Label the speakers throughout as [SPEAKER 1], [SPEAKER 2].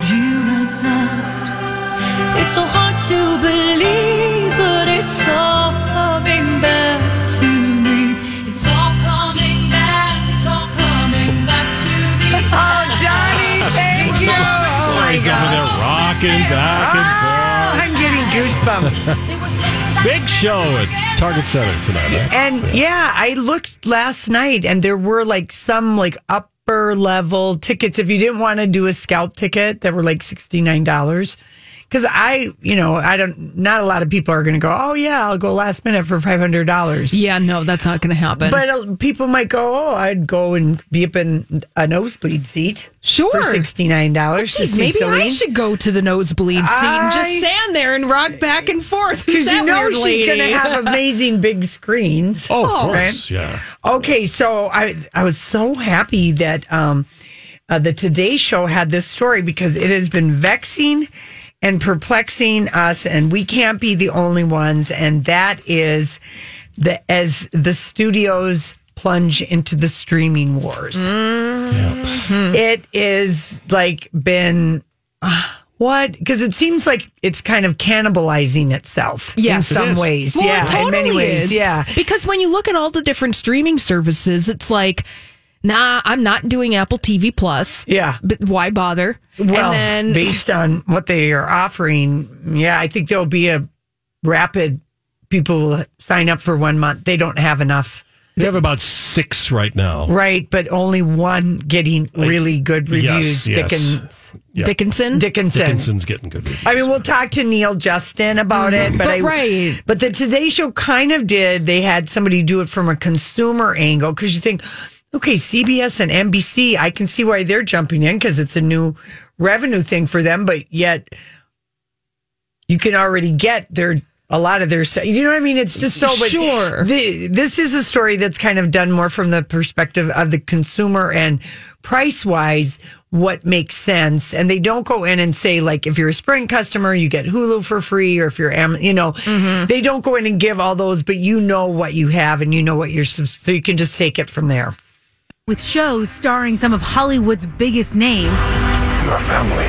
[SPEAKER 1] Do you like that? It's so hard to believe, but it's all coming back to me. It's all coming back. It's all coming back to me.
[SPEAKER 2] Oh, Donnie, thank you. Oh, my
[SPEAKER 3] Lori's over there
[SPEAKER 2] God.
[SPEAKER 3] rocking back
[SPEAKER 2] Ah,
[SPEAKER 3] and
[SPEAKER 2] I'm getting goosebumps.
[SPEAKER 3] forth. Big show at Target Center tonight. right?
[SPEAKER 2] And yeah, I looked last night and there were like some like upper level tickets. If you didn't want to do a scalp ticket that were like $69. Cause I, you know, I don't, not a lot of people are going to go, oh yeah, I'll go last minute for $500.
[SPEAKER 4] Yeah, no, that's not going to happen.
[SPEAKER 2] But uh, people might go, oh, I'd go and be up in a nosebleed seat
[SPEAKER 4] Sure.
[SPEAKER 2] for $69. to
[SPEAKER 4] Jeez,
[SPEAKER 2] see
[SPEAKER 4] maybe I
[SPEAKER 2] Celine.
[SPEAKER 4] should go to the nosebleed seat and
[SPEAKER 2] I-
[SPEAKER 4] just stand there and rock back and forth. Who's
[SPEAKER 2] because you
[SPEAKER 4] that
[SPEAKER 2] know
[SPEAKER 4] weird
[SPEAKER 2] she's going to
[SPEAKER 4] lady?
[SPEAKER 2] have amazing big screens.
[SPEAKER 3] Oh, of
[SPEAKER 4] Oh,
[SPEAKER 3] course, yeah.
[SPEAKER 2] Okay, so I I was so happy that um, uh, the Today Show had this story because it has been vexing and perplexing us, and we can't be the only ones. And that is the as the studios plunge into the streaming wars. It is like been. uh, what? Because it seems like it's kind of cannibalizing itself
[SPEAKER 4] Yes.
[SPEAKER 2] in some
[SPEAKER 4] It is.
[SPEAKER 2] ways.
[SPEAKER 4] Well,
[SPEAKER 2] yeah,
[SPEAKER 4] it totally
[SPEAKER 2] in many ways.
[SPEAKER 4] is.
[SPEAKER 2] Yeah.
[SPEAKER 4] Because when you look at all the different streaming services, it's like, nah, I'm not doing Apple TV Plus.
[SPEAKER 2] Yeah.
[SPEAKER 4] But why bother?
[SPEAKER 2] Well,
[SPEAKER 4] and then,
[SPEAKER 2] based on what they are offering, yeah, I think there'll be a rapid people will sign up for one month. They don't have enough,
[SPEAKER 3] They have about six right now.
[SPEAKER 2] right? But only one getting really good reviews.
[SPEAKER 3] yes, yes.
[SPEAKER 2] Dickens,
[SPEAKER 3] Yeah.
[SPEAKER 4] Dickinson.
[SPEAKER 2] Dickinson.
[SPEAKER 3] Dickinson's getting good reviews.
[SPEAKER 2] I mean, we'll talk to Neil Justin about it, but,
[SPEAKER 4] But
[SPEAKER 2] I,
[SPEAKER 4] right.
[SPEAKER 2] But the Today Show kind of did. They had somebody do it from a consumer angle because you think, okay, CBS and NBC, I can see why they're jumping in because it's a new revenue thing for them. But yet, you can already get their a lot of their. se- You know what I mean? It's just so. But
[SPEAKER 4] Sure.
[SPEAKER 2] the, this is a story that's kind of done more from the perspective of the consumer and price wise what makes sense and they don't go in and say like if you're a sprint customer you get hulu for free or if you're Am- you know they don't go in and give all those but you know what you have and you know what you're subs- so you can just take it from there
[SPEAKER 5] with shows starring some of Hollywood's biggest names.
[SPEAKER 6] Your family.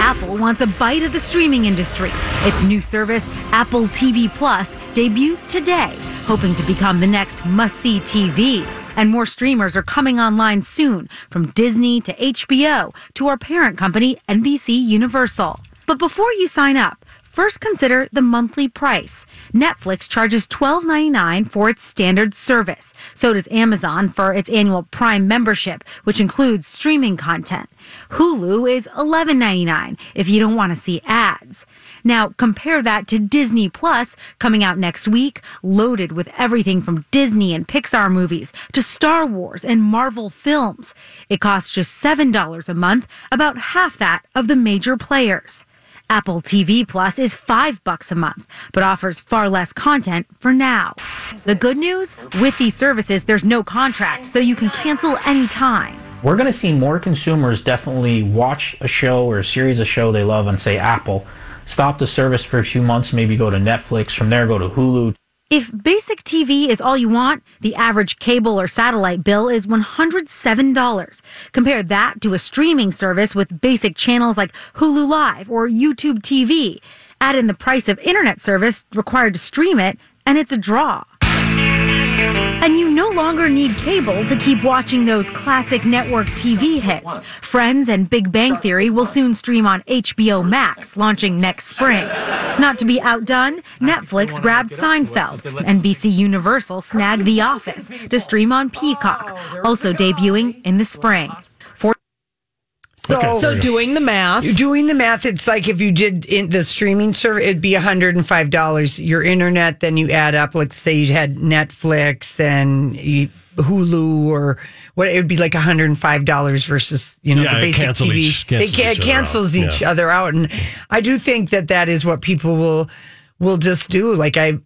[SPEAKER 5] Apple wants a bite of the streaming industry. Its new service, Apple TV Plus, debuts today, hoping to become the next must-see TV. And more streamers are coming online soon, from Disney to HBO to our parent company, NBC Universal. But before you sign up, First, consider the monthly price. Netflix charges $12.99 for its standard service. So does Amazon for its annual Prime membership, which includes streaming content. Hulu is $11.99 if you don't want to see ads. Now, compare that to Disney Plus coming out next week, loaded with everything from Disney and Pixar movies to Star Wars and Marvel films. It costs just $7 a month, about half that of the major players. Apple TV Plus is 5 bucks a month, but offers far less content for now. The good news, with these services there's no contract, so you can cancel anytime.
[SPEAKER 7] we're going to see more consumers definitely watch a show or a series of show they love on say apple stop the service for a few months maybe go to netflix from there go to hulu
[SPEAKER 5] If basic TV is all you want, the average cable or satellite bill is $107. Compare that to a streaming service with basic channels like Hulu Live or YouTube TV. Add in the price of internet service required to stream it, and it's a draw. And you no longer need cable to keep watching those classic network TV hits. Friends and Big Bang Theory will soon stream on HBO Max, launching next spring. Not to be outdone, Netflix grabbed Seinfeld. NBC Universal snagged The Office to stream on Peacock, also debuting in the spring. For
[SPEAKER 2] so
[SPEAKER 4] so doing the math.
[SPEAKER 2] You're doing the math. It's like if you did in the streaming service, it'd be hundred and five dollars. Your internet, then you add up. Like say you had Netflix and you, Hulu or what it would be like $105 versus, you know,
[SPEAKER 3] Yeah,
[SPEAKER 2] the
[SPEAKER 3] it
[SPEAKER 2] basic
[SPEAKER 3] cancels
[SPEAKER 2] TV.
[SPEAKER 3] each-
[SPEAKER 2] it
[SPEAKER 3] cancels
[SPEAKER 2] ca-
[SPEAKER 3] each other
[SPEAKER 2] cancels
[SPEAKER 3] out.
[SPEAKER 2] each
[SPEAKER 3] Yeah.
[SPEAKER 2] other out. And I do think that that is what people will, will just do. Like I,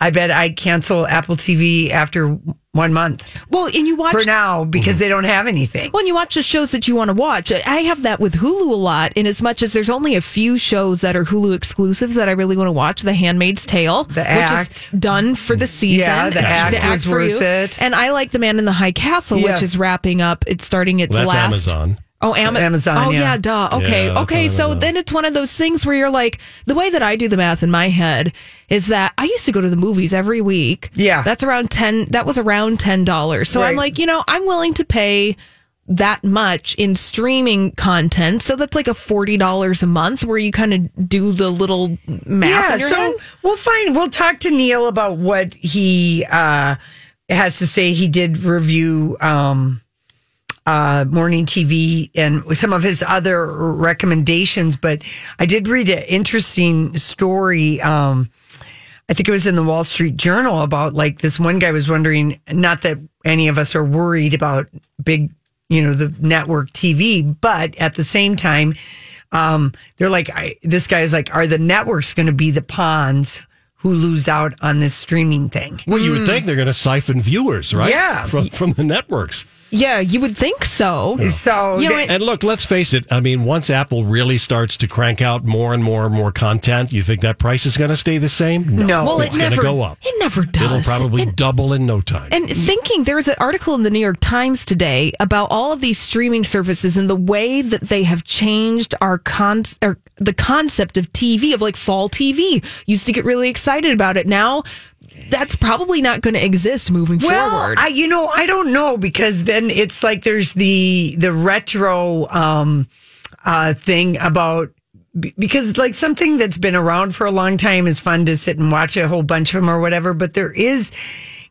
[SPEAKER 2] I bet I cancel Apple TV after one month
[SPEAKER 4] Well, and you watch
[SPEAKER 2] for now because
[SPEAKER 3] Mm-hmm.
[SPEAKER 2] they don't have anything.
[SPEAKER 4] Well, and you watch the shows that you want to watch. I have that with Hulu a lot, in as much as there's only a few shows that are Hulu exclusives that I really want to watch. The Handmaid's Tale,
[SPEAKER 2] The
[SPEAKER 4] which
[SPEAKER 2] Act.
[SPEAKER 4] is done for the season.
[SPEAKER 2] Yeah, The Act was
[SPEAKER 4] for
[SPEAKER 2] worth
[SPEAKER 4] you.
[SPEAKER 2] it.
[SPEAKER 4] And I like The Man in the High Castle,
[SPEAKER 2] Yeah.
[SPEAKER 4] which is wrapping up. It's starting its
[SPEAKER 3] Well, that's
[SPEAKER 4] last.
[SPEAKER 3] Amazon.
[SPEAKER 4] Oh, Am-
[SPEAKER 2] Amazon,
[SPEAKER 4] Oh,
[SPEAKER 2] yeah.
[SPEAKER 4] yeah, duh. Okay,
[SPEAKER 3] Yeah, that's
[SPEAKER 4] okay.
[SPEAKER 3] on
[SPEAKER 4] So
[SPEAKER 3] Amazon.
[SPEAKER 4] then it's one of those things where you're like, the way that I do the math in my head is that I used to go to the movies every week.
[SPEAKER 2] Yeah.
[SPEAKER 4] that's around ten. That was around ten dollars. So I'm
[SPEAKER 2] Right.
[SPEAKER 4] like, you know, I'm willing to pay that much in streaming content. So that's like a forty dollars a month, where you kind of do the little math. in your
[SPEAKER 2] so
[SPEAKER 4] head.
[SPEAKER 2] we'll find we'll talk to Neil about what he uh has to say. He did review um uh morning TV and some of his other recommendations, but I did read an interesting story um I think it was in the Wall Street Journal about like this one guy was wondering not that any of us are worried about big you know the network TV, but at the same time um, they're like, I, this guy's like, are the networks going to be the pawns who lose out on this streaming thing?
[SPEAKER 3] Well, you would think they're going to siphon viewers, right?
[SPEAKER 2] Yeah.
[SPEAKER 3] From, from the networks.
[SPEAKER 4] yeah, you would think so.
[SPEAKER 2] So,
[SPEAKER 4] You know,
[SPEAKER 2] they-
[SPEAKER 4] it-
[SPEAKER 3] And look, let's face it. I mean, once Apple really starts to crank out more and more and more content, you think that price is going to stay the same? No.
[SPEAKER 2] no.
[SPEAKER 4] well,
[SPEAKER 3] it's
[SPEAKER 4] it
[SPEAKER 3] gonna
[SPEAKER 4] never
[SPEAKER 3] go up.
[SPEAKER 4] It never does.
[SPEAKER 3] It'll probably
[SPEAKER 4] And-
[SPEAKER 3] double in no time.
[SPEAKER 4] And thinking there was an article in the New York Times today about all of these streaming services and the way that they have changed our con or the concept of TV of like fall TV. Used to get really excited about it. Now that's probably not going to exist moving
[SPEAKER 2] well,
[SPEAKER 4] forward.
[SPEAKER 2] I, you know, I don't know because then it's like there's the, the retro, um, uh, thing about, be- because like something that's been around for a long time is fun to sit and watch a whole bunch of them or whatever, but there is,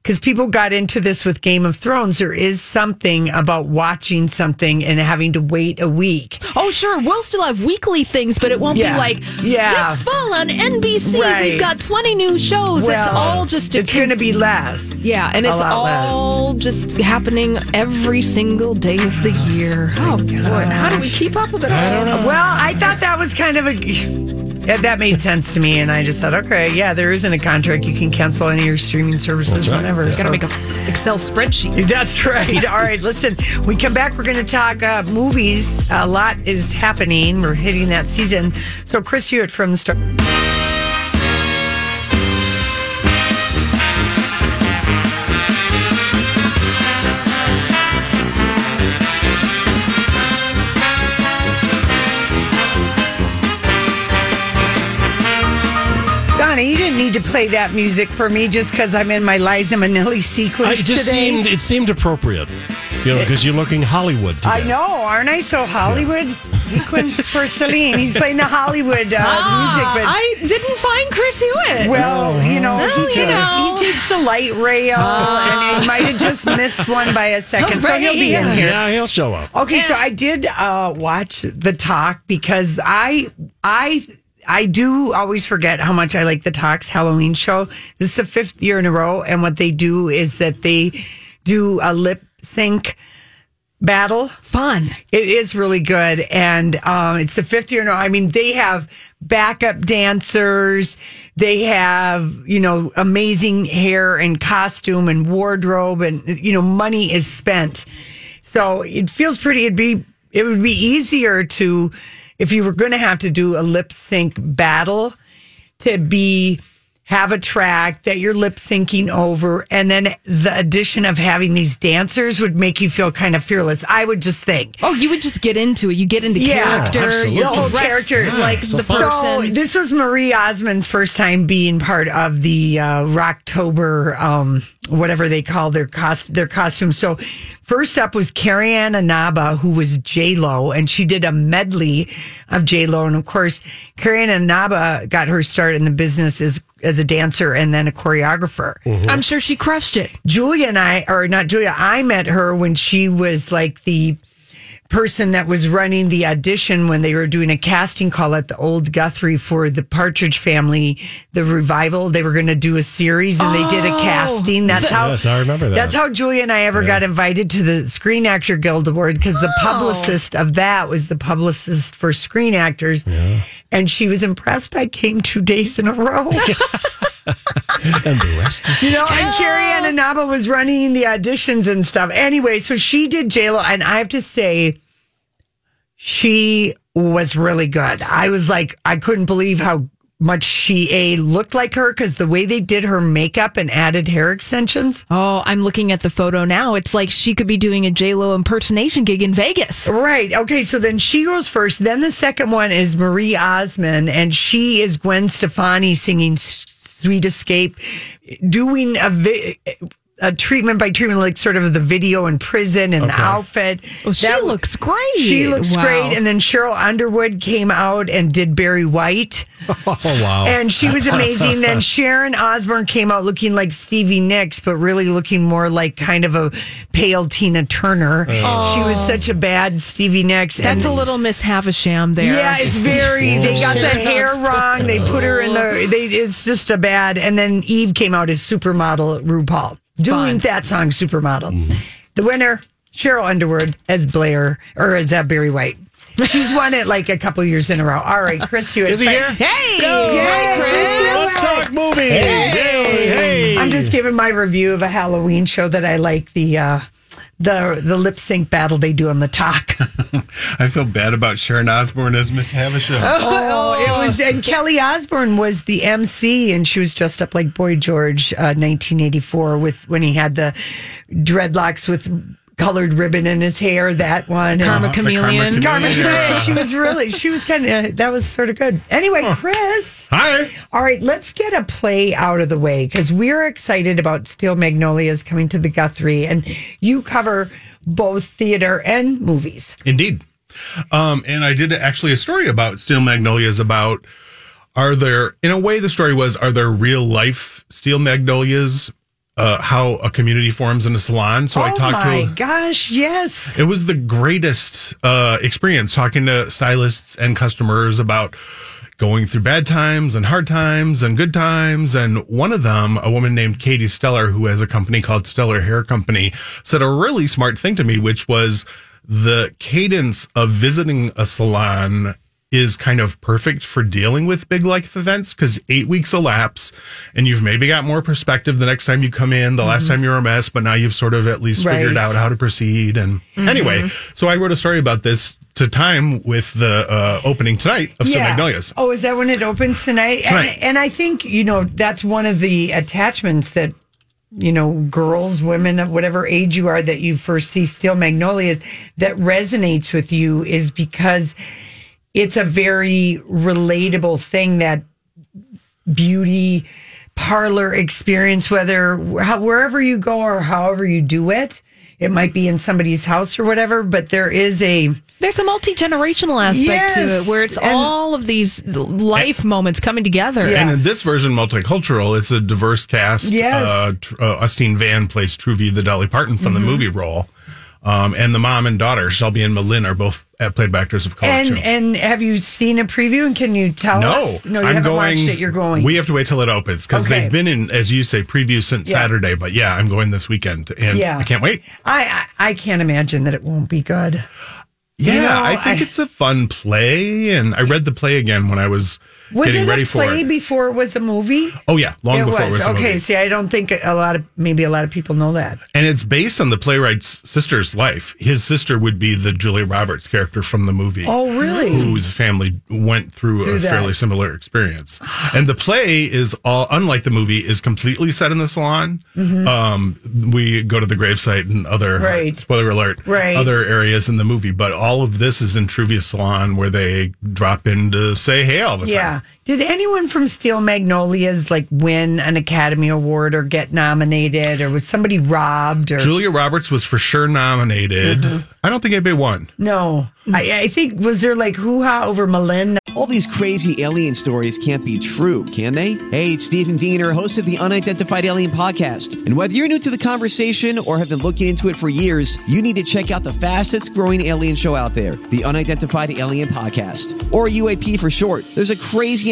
[SPEAKER 2] because people got into this with Game of Thrones, there is something about watching something and having to wait a week.
[SPEAKER 4] oh, sure, we'll still have weekly things, but it won't
[SPEAKER 2] Yeah.
[SPEAKER 4] be like
[SPEAKER 2] Yeah.
[SPEAKER 4] this fall on NBC.
[SPEAKER 2] Right.
[SPEAKER 4] We've got twenty new shows. it's
[SPEAKER 2] Well,
[SPEAKER 4] all just a
[SPEAKER 2] it's going to be less.
[SPEAKER 4] yeah, and
[SPEAKER 2] a
[SPEAKER 4] it's
[SPEAKER 2] lot less.
[SPEAKER 4] all just happening every single day of the year. Oh,
[SPEAKER 2] Boy, how do we keep up with it? I don't know. Well, I thought that was kind of a yeah, that made sense to me, and I just thought, okay, yeah, there isn't a contract. You can cancel any of your streaming services
[SPEAKER 3] right.
[SPEAKER 2] whenever.
[SPEAKER 3] Yeah.
[SPEAKER 2] so-
[SPEAKER 4] gotta Oh, make a Excel spreadsheet.
[SPEAKER 2] That's right. All right, listen, we come back. We're going to talk uh, movies. A lot is happening. We're hitting that season. So, Chris Hewitt from the Star. Donna, you didn't need to play that music for me just because I'm in my Liza Minnelli sequence
[SPEAKER 3] I- it just
[SPEAKER 2] today.
[SPEAKER 3] seemed it seemed appropriate, you know, because you're looking Hollywood today.
[SPEAKER 2] I know, aren't I? So Hollywood sequence for Celine. He's playing the Hollywood uh, music, but
[SPEAKER 4] Ah, I didn't find Chris Hewitt.
[SPEAKER 2] well, you know,
[SPEAKER 4] Well,
[SPEAKER 2] he,
[SPEAKER 4] you
[SPEAKER 2] take-
[SPEAKER 4] know. Ah.
[SPEAKER 2] he takes the light rail, and he might have just missed one by a second, so he'll be in
[SPEAKER 4] Right.
[SPEAKER 2] here.
[SPEAKER 3] Yeah, he'll show up.
[SPEAKER 2] Okay, so I did uh, watch the talk because I I I do always forget how much I like the talks Halloween show. This is the fifth year in a row, and what they do is that they do a lip sync battle.
[SPEAKER 4] Fun.
[SPEAKER 2] It is really good, and um, it's the fifth year. No, I mean they have backup dancers. They have you know amazing hair and costume and wardrobe, and you know money is spent. So it feels pretty. It'd be it would be easier to if you were going to have to do a lip sync battle to be have a track that you're lip syncing over and then the addition of having these dancers would make you feel kind of fearless i would just think
[SPEAKER 4] Oh, you would just get into it. You get into
[SPEAKER 2] Yeah,
[SPEAKER 4] character.
[SPEAKER 3] absolutely.
[SPEAKER 4] You're
[SPEAKER 3] The whole
[SPEAKER 4] dressed
[SPEAKER 2] character.
[SPEAKER 4] like
[SPEAKER 3] So
[SPEAKER 4] the
[SPEAKER 3] fun.
[SPEAKER 2] So
[SPEAKER 4] person.
[SPEAKER 2] Oh, this was Marie Osmond's first time being part of the uh, Rocktober, um, whatever they call their cost their costume. So first up was Carrie Ann Inaba, who was J Lo, and she did a medley of J Lo, and of course Carrie Ann Inaba got her start in the business as as a dancer and then a choreographer.
[SPEAKER 4] I'm sure she crushed it.
[SPEAKER 2] Julia and I, or not Julia, I met her when she was like the person that was running the audition when they were doing a casting call at the old Guthrie for the Partridge Family, the revival. They were going to do a series and they did a casting. That's how
[SPEAKER 3] Oh. Yes, I remember that.
[SPEAKER 2] That's how Julia and I ever got invited to the Screen Actor Guild Award because the
[SPEAKER 3] Oh.
[SPEAKER 2] publicist of that was the publicist for Screen Actors, and she was impressed. I came two days in a row.
[SPEAKER 3] and the rest is
[SPEAKER 2] You know, and Carrie Ananaba was running the auditions and stuff. Anyway, so she did JLo, and I have to say, she was really good. I was like, I couldn't believe how much she a looked like her because the way they did her makeup and added hair extensions.
[SPEAKER 4] Oh, I'm looking at the photo now. It's like she could be doing a J Lo impersonation gig in Vegas.
[SPEAKER 2] Right. Okay. So then she goes first. Then the second one is Marie Osmond, and she is Gwen Stefani singing S- "Sweet Escape," doing a vi- a treatment by treatment, like sort of the video in prison and the outfit.
[SPEAKER 4] Oh, she
[SPEAKER 2] That-
[SPEAKER 4] looks great.
[SPEAKER 2] She looks
[SPEAKER 4] Wow.
[SPEAKER 2] great. And then Cheryl Underwood came out and did Barry White.
[SPEAKER 3] Oh wow!
[SPEAKER 2] And she was amazing. then Sharon Osbourne came out looking like Stevie Nicks, but really looking more like kind of a pale Tina Turner. She was such a bad Stevie Nicks.
[SPEAKER 4] Oh. That's
[SPEAKER 2] and-
[SPEAKER 4] a little Miss Havisham there.
[SPEAKER 2] yeah, it's very. They got the
[SPEAKER 4] Sharon
[SPEAKER 2] hair wrong. They put her in the. They, it's just a bad. And then Eve came out as supermodel RuPaul doing that song supermodel.
[SPEAKER 3] Mm-hmm.
[SPEAKER 2] The winner Cheryl Underwood as Blair or as that Barry White. She's won it like a couple years in a row. All right, Chris, you
[SPEAKER 3] is he here?
[SPEAKER 4] Hey,
[SPEAKER 2] Yay,
[SPEAKER 4] Chris.
[SPEAKER 3] Let's
[SPEAKER 2] Chris Miller.
[SPEAKER 3] talk movies. Hey.
[SPEAKER 2] I'm just giving my review of a Halloween show that I like the uh, the the lip sync battle they do on the talk.
[SPEAKER 8] I feel bad about Sharon Osbourne as Miss Havisham.
[SPEAKER 2] Oh, it was, and Kelly Osbourne was the MC, and she was dressed up like Boy George, uh, 1984, with when he had the dreadlocks with colored ribbon in his hair. That one,
[SPEAKER 4] Karma
[SPEAKER 8] The Karma
[SPEAKER 4] Chameleon.
[SPEAKER 2] Carmen,
[SPEAKER 8] Chameleon.
[SPEAKER 2] Perez, she was really, she was kind of, that was sort of good. Anyway, Chris,
[SPEAKER 3] Hi.
[SPEAKER 2] all right, let's get a play out of the way because we're excited about Steel Magnolias coming to the Guthrie, and you cover both theater and movies.
[SPEAKER 8] Indeed. Um, and I did actually a story about Steel Magnolias about are there, in a way, the story was are there real life Steel Magnolias, uh, how a community forms in a salon? So I
[SPEAKER 2] oh
[SPEAKER 8] talked
[SPEAKER 2] my
[SPEAKER 8] to.
[SPEAKER 2] gosh, yes.
[SPEAKER 8] It was the greatest uh, experience talking to stylists and customers about going through bad times and hard times and good times. And one of them, a woman named Katie Steller, who has a company called Steller Hair Company, said a really smart thing to me, which was the cadence of visiting a salon is kind of perfect for dealing with big life events because eight weeks elapse and you've maybe got more perspective the next time you come in the last time you were a mess but now you've sort of at least figured
[SPEAKER 2] Mm-hmm. Right. Mm-hmm.
[SPEAKER 8] out how to proceed and anyway so i wrote a story about this to time with the uh, opening tonight of Steel magnolias
[SPEAKER 2] Oh, is that when it opens tonight?
[SPEAKER 8] Tonight.
[SPEAKER 2] And, and I think, you know, that's one of the attachments that, you know, girls, women of whatever age you are that you first see Steel Magnolias that resonates with you is because it's a very relatable thing that beauty parlor experience, whether how, wherever you go or however you do it. It might be in somebody's house or whatever, but there is a
[SPEAKER 4] There's a multi generational aspect to
[SPEAKER 2] Yes,
[SPEAKER 4] it where it's
[SPEAKER 2] and-
[SPEAKER 4] all of these life moments coming together.
[SPEAKER 8] And in this version, multicultural, it's a diverse cast.
[SPEAKER 2] Yes. Mm-hmm.
[SPEAKER 8] Uh, tr- uh, Ustine Van plays Truvy, the Dolly Parton from the movie role. Um, and the mom and daughter, Shelby and Malin, are both uh, played by actors of color.
[SPEAKER 2] And
[SPEAKER 8] too.
[SPEAKER 2] and have you seen a preview? And can you tell
[SPEAKER 8] no,
[SPEAKER 2] us? you haven't watched it. You're going.
[SPEAKER 8] We have to wait till it opens because
[SPEAKER 2] Okay.
[SPEAKER 8] they've been in, as you say, preview since
[SPEAKER 2] Yeah.
[SPEAKER 8] Saturday. But yeah, I'm going this weekend, and
[SPEAKER 2] Yeah.
[SPEAKER 8] I can't wait.
[SPEAKER 2] I, I I can't imagine that it won't be good.
[SPEAKER 8] Yeah,
[SPEAKER 2] know,
[SPEAKER 8] I think
[SPEAKER 2] I-
[SPEAKER 8] it's a fun play, and I read the play again when I was,
[SPEAKER 2] Was
[SPEAKER 8] getting
[SPEAKER 2] it
[SPEAKER 8] ready
[SPEAKER 2] a play
[SPEAKER 8] for it.
[SPEAKER 2] before it was a movie?
[SPEAKER 8] oh yeah, long
[SPEAKER 2] it
[SPEAKER 8] before
[SPEAKER 2] was.
[SPEAKER 8] it was a
[SPEAKER 2] okay.
[SPEAKER 8] movie.
[SPEAKER 2] See, I don't think a lot of maybe a lot of people know that.
[SPEAKER 8] And it's based on the playwright's sister's life. His sister would be the Julia Roberts character from the movie.
[SPEAKER 2] Oh, really?
[SPEAKER 8] Whose family went through,
[SPEAKER 2] Through
[SPEAKER 8] a
[SPEAKER 2] that.
[SPEAKER 8] fairly similar experience. And the play is all, unlike the movie, is completely set in the salon. Um, we go to the gravesite and other,
[SPEAKER 2] Mm-hmm. Right.
[SPEAKER 8] spoiler alert,
[SPEAKER 2] Right.
[SPEAKER 8] other areas in the movie. But all of this is in Truvia's salon where they drop in to say hey all the time.
[SPEAKER 2] Yeah. Did anyone from Steel Magnolias like win an Academy Award or get nominated or was somebody robbed or
[SPEAKER 8] Julia Roberts was for sure nominated.
[SPEAKER 2] Mm-hmm.
[SPEAKER 8] I don't think anybody won.
[SPEAKER 2] no? I, I think was there like hoo ha over Melinda?
[SPEAKER 9] All these crazy alien stories can't be true, can they? Hey, it's Stephen Diener, host of the Unidentified Alien Podcast. And whether you're new to the conversation or have been looking into it for years, you need to check out the fastest growing alien show out there, the Unidentified Alien Podcast, or UAP for short. There's a crazy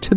[SPEAKER 10] to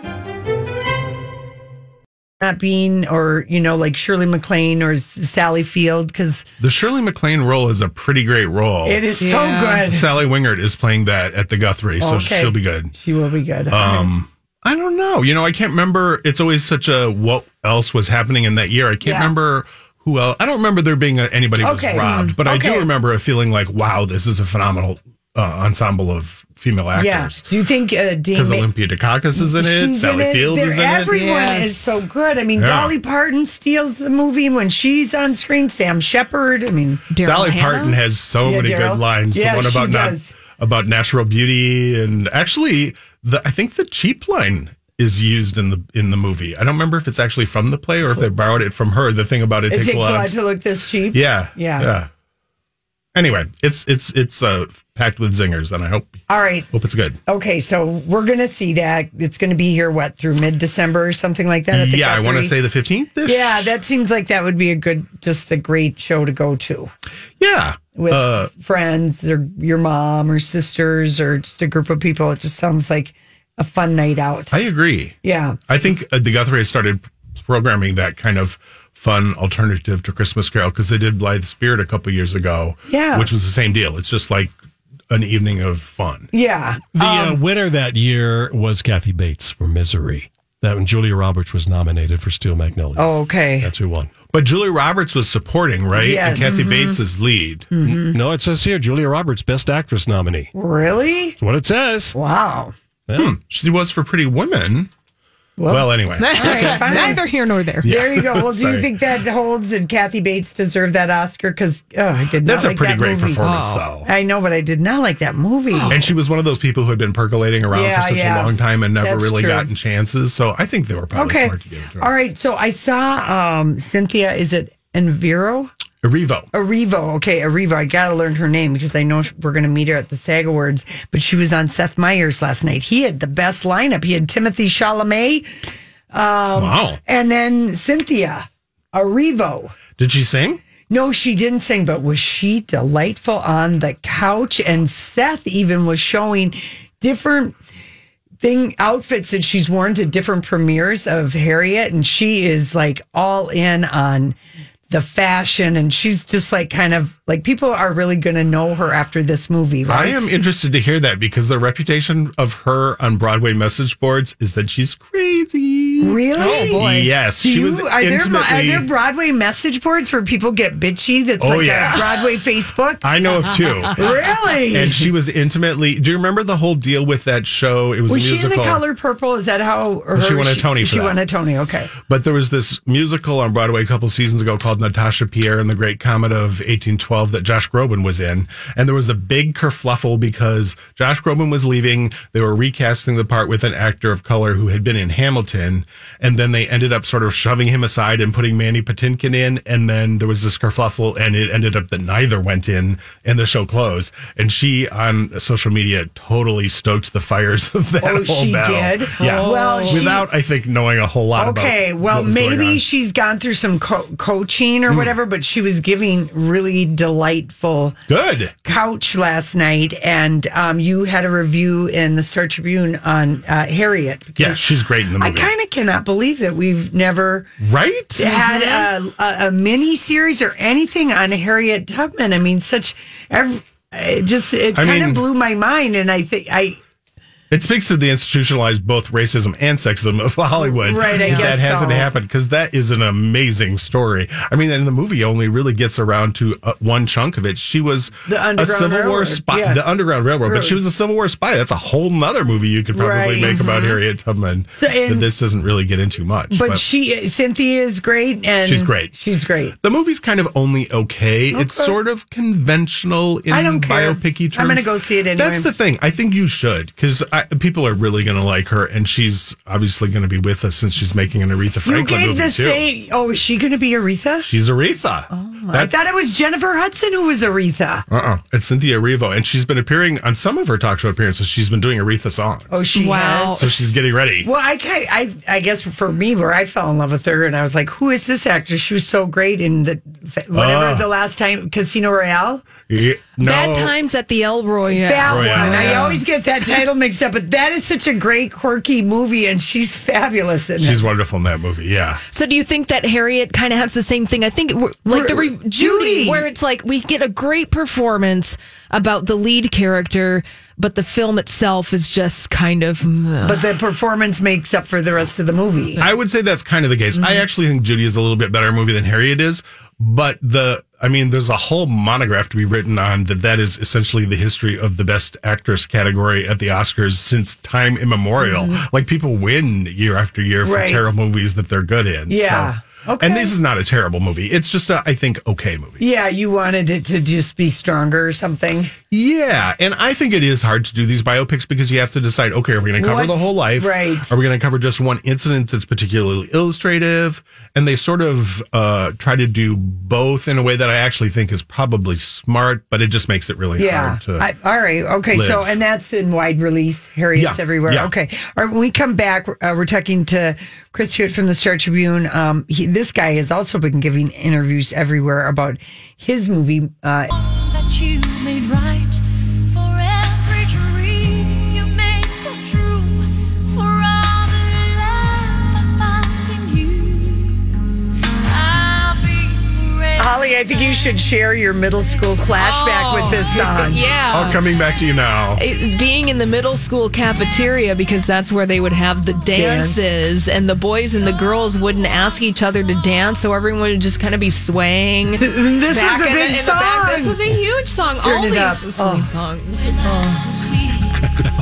[SPEAKER 2] Not being or you know like Shirley MacLaine or Sally Field because
[SPEAKER 8] The Shirley MacLaine role is a pretty great role.
[SPEAKER 2] it is so good.
[SPEAKER 8] Sally Wingert is playing that at the Guthrie, so
[SPEAKER 2] Okay.
[SPEAKER 8] she'll be good.
[SPEAKER 2] She will be good.
[SPEAKER 8] Um, I don't know. You know, I can't remember. It's always such a what else was happening in that year. I can't
[SPEAKER 2] Yeah.
[SPEAKER 8] remember who else. I don't remember there being a, anybody
[SPEAKER 2] Okay. Mm-hmm.
[SPEAKER 8] was robbed, but I
[SPEAKER 2] Okay.
[SPEAKER 8] do remember a feeling like, wow, this is a phenomenal uh, ensemble of female
[SPEAKER 2] yeah.
[SPEAKER 8] actors.
[SPEAKER 2] Do you think uh, Dame
[SPEAKER 8] Because Olympia Dukakis is in
[SPEAKER 2] She's
[SPEAKER 8] it,
[SPEAKER 2] in
[SPEAKER 8] Sally
[SPEAKER 2] it.
[SPEAKER 8] Field
[SPEAKER 2] They're-
[SPEAKER 8] is in it.
[SPEAKER 2] Everyone is
[SPEAKER 4] Yes.
[SPEAKER 2] so good. I mean,
[SPEAKER 8] Yeah.
[SPEAKER 2] Dolly Parton steals the movie when she's on screen. Sam Shepard. I mean,
[SPEAKER 4] Daryl
[SPEAKER 8] Dolly
[SPEAKER 4] Hannah?
[SPEAKER 8] Parton has so
[SPEAKER 2] Yeah,
[SPEAKER 8] many
[SPEAKER 2] Daryl.
[SPEAKER 8] good lines.
[SPEAKER 2] Yeah,
[SPEAKER 8] the one
[SPEAKER 2] she
[SPEAKER 8] about not-
[SPEAKER 2] does.
[SPEAKER 8] about natural beauty and actually the I think the cheap line is used in the in the movie. I don't remember if it's actually from the play or if they borrowed it from her. The thing about it,
[SPEAKER 2] it
[SPEAKER 8] takes, a lot. of-
[SPEAKER 2] to look this cheap.
[SPEAKER 8] yeah.
[SPEAKER 2] Yeah.
[SPEAKER 8] Yeah. Anyway, it's it's it's uh, packed with zingers and I hope
[SPEAKER 2] All right.
[SPEAKER 8] hope it's good.
[SPEAKER 2] Okay, so we're gonna see that. It's gonna be here what through mid December or something like that. At the
[SPEAKER 8] yeah, I want to
[SPEAKER 2] Guthrie?
[SPEAKER 8] say the 15th ish.
[SPEAKER 2] Yeah, that seems like that would be a good, just a great show to go to
[SPEAKER 8] Yeah.
[SPEAKER 2] with
[SPEAKER 8] Uh,
[SPEAKER 2] friends or your mom or sisters or just a group of people. It just sounds like a fun night out.
[SPEAKER 8] I agree.
[SPEAKER 2] yeah.
[SPEAKER 8] I think uh, the Guthrie has started programming that kind of fun alternative to Christmas Carol because they did Blythe Spirit a couple years ago.
[SPEAKER 2] Yeah.
[SPEAKER 8] Which was the same deal. It's just like an evening of fun.
[SPEAKER 2] Yeah.
[SPEAKER 3] The uh,
[SPEAKER 2] Um,
[SPEAKER 3] winner that year was Kathy Bates for Misery. That when Julia Roberts was nominated for Steel Magnolias.
[SPEAKER 2] Oh, okay.
[SPEAKER 3] That's who won.
[SPEAKER 8] But Julie Roberts was supporting, right?
[SPEAKER 2] Yes. Mm-hmm. Hmm.
[SPEAKER 8] And Kathy Bates is lead.
[SPEAKER 3] No, it says here Julia Roberts, Best Actress nominee.
[SPEAKER 2] Really?
[SPEAKER 3] That's what it says.
[SPEAKER 2] Wow.
[SPEAKER 8] She was for Pretty Women. Well, anyway.
[SPEAKER 2] right, fine.
[SPEAKER 4] Neither here nor there.
[SPEAKER 2] There you go. Well, do you
[SPEAKER 8] Sorry.
[SPEAKER 2] think that holds? Did Kathy Bates deserve that Oscar? Because oh, I did.
[SPEAKER 8] That's
[SPEAKER 2] not
[SPEAKER 8] a
[SPEAKER 2] like
[SPEAKER 8] pretty
[SPEAKER 2] that
[SPEAKER 8] great
[SPEAKER 2] movie. Oh.
[SPEAKER 8] performance, Oh. though.
[SPEAKER 2] I know, but I did not like that movie.
[SPEAKER 8] And she was one of those people who had been percolating around
[SPEAKER 2] Yeah,
[SPEAKER 8] for such
[SPEAKER 2] yeah.
[SPEAKER 8] a long time and never
[SPEAKER 2] That's
[SPEAKER 8] really
[SPEAKER 2] true.
[SPEAKER 8] gotten chances. So I think they were probably
[SPEAKER 2] Okay.
[SPEAKER 8] smart to give it to her.
[SPEAKER 2] All right. So I saw um, Cynthia. Is it Enviro?
[SPEAKER 8] Revo.
[SPEAKER 2] Arrivo. Okay, Arrivo. I got to learn her name because I know sh- we're going to meet her at the SAG Awards. But she was on Seth Meyers last night. He had the best lineup. He had Timothy Chalamet Um,
[SPEAKER 8] wow.
[SPEAKER 2] and then Cynthia Arrivo.
[SPEAKER 8] Did she sing?
[SPEAKER 2] No, she didn't sing, but was she delightful on the couch? And Seth even was showing different thing outfits that she's worn to different premieres of Harriet, and she is like all in on the fashion, and she's just like kind of like people are really going to know her after this movie. Right?
[SPEAKER 8] I am interested to hear that because the reputation of her on Broadway message boards is that she's crazy.
[SPEAKER 2] Really? Oh, boy.
[SPEAKER 8] Yes,
[SPEAKER 2] Do
[SPEAKER 8] she
[SPEAKER 2] you,
[SPEAKER 8] was
[SPEAKER 2] are, there,
[SPEAKER 8] intimately.
[SPEAKER 2] mo- are there Broadway message boards where people get bitchy? That's
[SPEAKER 8] Oh,
[SPEAKER 2] like
[SPEAKER 8] yeah.
[SPEAKER 2] a Broadway Facebook.
[SPEAKER 8] I know of two.
[SPEAKER 2] really?
[SPEAKER 8] And she was intimately. Do you remember the whole deal with that show? It was,
[SPEAKER 2] Was
[SPEAKER 8] a
[SPEAKER 2] she in
[SPEAKER 8] musical.
[SPEAKER 2] the color purple? Is that how or
[SPEAKER 8] She won a Tony for
[SPEAKER 2] She
[SPEAKER 8] that.
[SPEAKER 2] won a Tony. Okay.
[SPEAKER 8] But there was this musical on Broadway a couple seasons ago called Natasha Pierre and the Great Comet of 1812 that Josh Groban was in. And there was a big kerfluffle because Josh Groban was leaving. They were recasting the part with an actor of color who had been in Hamilton. and then they ended up sort of shoving him aside and putting Manny Patinkin in, and then there was this kerfluffle, and it ended up that neither went in, and the show closed. And she on social media totally stoked the fires of that
[SPEAKER 2] Oh,
[SPEAKER 8] whole
[SPEAKER 2] she
[SPEAKER 8] battle.
[SPEAKER 2] did?
[SPEAKER 8] Yeah,
[SPEAKER 2] Oh. Well, she-
[SPEAKER 8] without I think knowing a whole lot. about
[SPEAKER 2] Okay, well,
[SPEAKER 8] what was going on.
[SPEAKER 2] maybe she's gone through some co- coaching or
[SPEAKER 8] Mm.
[SPEAKER 2] whatever, but she was giving really delightful
[SPEAKER 8] good
[SPEAKER 2] couch last night, and um, you had a review in the Star Tribune on uh, Harriet.
[SPEAKER 8] Yeah, she's great in the
[SPEAKER 2] I
[SPEAKER 8] movie.
[SPEAKER 2] kind of cannot believe that we've never
[SPEAKER 8] right
[SPEAKER 2] had a, a, a mini series or anything on Harriet Tubman. I mean, such ev it just it
[SPEAKER 8] I
[SPEAKER 2] kind of
[SPEAKER 8] mean-
[SPEAKER 2] blew my mind, and I think I
[SPEAKER 8] It speaks to the institutionalized both racism and sexism of Hollywood.
[SPEAKER 2] Right, I
[SPEAKER 8] that
[SPEAKER 2] guess
[SPEAKER 8] that hasn't
[SPEAKER 2] so.
[SPEAKER 8] happened because that is an amazing story. I mean, and the movie only really gets around to uh, one chunk of it. She was
[SPEAKER 2] The
[SPEAKER 8] a
[SPEAKER 2] Underground
[SPEAKER 8] Civil War
[SPEAKER 2] Railroad,
[SPEAKER 8] spy,
[SPEAKER 2] yeah.
[SPEAKER 8] the Underground Railroad, but she was a Civil War spy. That's a whole nother movie you could probably
[SPEAKER 2] Right.
[SPEAKER 8] make about
[SPEAKER 2] Mhm.
[SPEAKER 8] Harriet Tubman
[SPEAKER 2] So, and-
[SPEAKER 8] that this doesn't really get into much.
[SPEAKER 2] but she Cynthia is great, and
[SPEAKER 8] She's great.
[SPEAKER 2] She's great.
[SPEAKER 8] the movie's kind of only okay. It's
[SPEAKER 2] Okay.
[SPEAKER 8] sort of conventional in
[SPEAKER 2] I don't care.
[SPEAKER 8] biopic-y terms.
[SPEAKER 2] I'm gonna go see it anyway.
[SPEAKER 8] That's the thing. I think you should because people are really going to like her, and she's obviously going to be with us since she's making an Aretha
[SPEAKER 2] You
[SPEAKER 8] Franklin
[SPEAKER 2] gave
[SPEAKER 8] movie
[SPEAKER 2] the
[SPEAKER 8] too.
[SPEAKER 2] same. Oh, is she going to be Aretha?
[SPEAKER 8] She's Aretha.
[SPEAKER 2] I thought it was Jennifer Hudson who was Aretha.
[SPEAKER 8] uh uh It's Cynthia Erivo, and she's been appearing on some of her talk show appearances. She's been doing Aretha songs.
[SPEAKER 2] Oh, she Wow. has?
[SPEAKER 8] So she's getting ready.
[SPEAKER 2] Well, I, ca- I I guess for me, where I fell in love with her, and I was like, "Who is this actress? She was so great in the whatever
[SPEAKER 8] Ah.
[SPEAKER 2] the last time Casino Royale."
[SPEAKER 8] Yeah, no.
[SPEAKER 4] Bad times at the El Royale.
[SPEAKER 2] That one. I
[SPEAKER 4] Yeah.
[SPEAKER 2] always get that title mixed up, but that is such a great, quirky movie, and she's fabulous in
[SPEAKER 8] She's
[SPEAKER 2] it.
[SPEAKER 8] wonderful in that movie. Yeah.
[SPEAKER 4] So do you think that Harriet kind of has the same thing? I think we're- like the re- Judy, where it's like we get a great performance about the lead character, but the film itself is just kind of.
[SPEAKER 2] But the performance makes up for the rest of the movie.
[SPEAKER 8] I would say that's kind of the case. I
[SPEAKER 2] Mm-hmm.
[SPEAKER 8] actually think Judy is a little bit better movie than Harriet is, but the I mean, there's a whole monograph to be written on that. That is essentially the history of the best actress category at the Oscars since time immemorial.
[SPEAKER 2] Mhm.
[SPEAKER 8] Like people win year after year for
[SPEAKER 2] Right.
[SPEAKER 8] terrible movies that they're good in.
[SPEAKER 2] Yeah.
[SPEAKER 8] Okay. And this is not a terrible movie. It's just a, I think, okay movie.
[SPEAKER 2] Yeah, you wanted it to just be stronger or something.
[SPEAKER 8] Yeah, and I think it is hard to do these biopics because you have to decide: okay, are we going to cover the
[SPEAKER 2] What's-
[SPEAKER 8] whole life?
[SPEAKER 2] right.
[SPEAKER 8] Are we going to cover just one incident that's particularly illustrative? And they sort of uh, try to do both in a way that I actually think is probably smart, but it just makes it really
[SPEAKER 2] yeah.
[SPEAKER 8] hard to.
[SPEAKER 2] I- all right. Okay. So,
[SPEAKER 8] live.
[SPEAKER 2] and that's in wide release. Harriet's
[SPEAKER 8] Yeah,
[SPEAKER 2] everywhere.
[SPEAKER 8] yeah.
[SPEAKER 2] Okay. All right. When we come back, uh, we're talking to Chris Hewitt from the Star Tribune. Um, he, this guy has also been giving interviews everywhere about his movie. Uh,
[SPEAKER 1] that you made right for every dream you made come true for all the love I find in you. I'll be forever.
[SPEAKER 2] Holly, I think you should share your middle school flashback with this song.
[SPEAKER 4] yeah.
[SPEAKER 8] Oh, coming back to you now.
[SPEAKER 4] It- being in the middle school cafeteria because that's where they would have the
[SPEAKER 2] Dance.
[SPEAKER 4] dances and the boys and the girls wouldn't ask each other to dance so everyone would just kind of be swaying
[SPEAKER 2] This
[SPEAKER 4] back
[SPEAKER 2] was a
[SPEAKER 4] in the-
[SPEAKER 2] big
[SPEAKER 4] in the back. this
[SPEAKER 2] song.
[SPEAKER 4] was a huge song
[SPEAKER 2] Turn
[SPEAKER 4] all
[SPEAKER 2] it
[SPEAKER 4] these
[SPEAKER 2] up. Oh.
[SPEAKER 4] songs oh.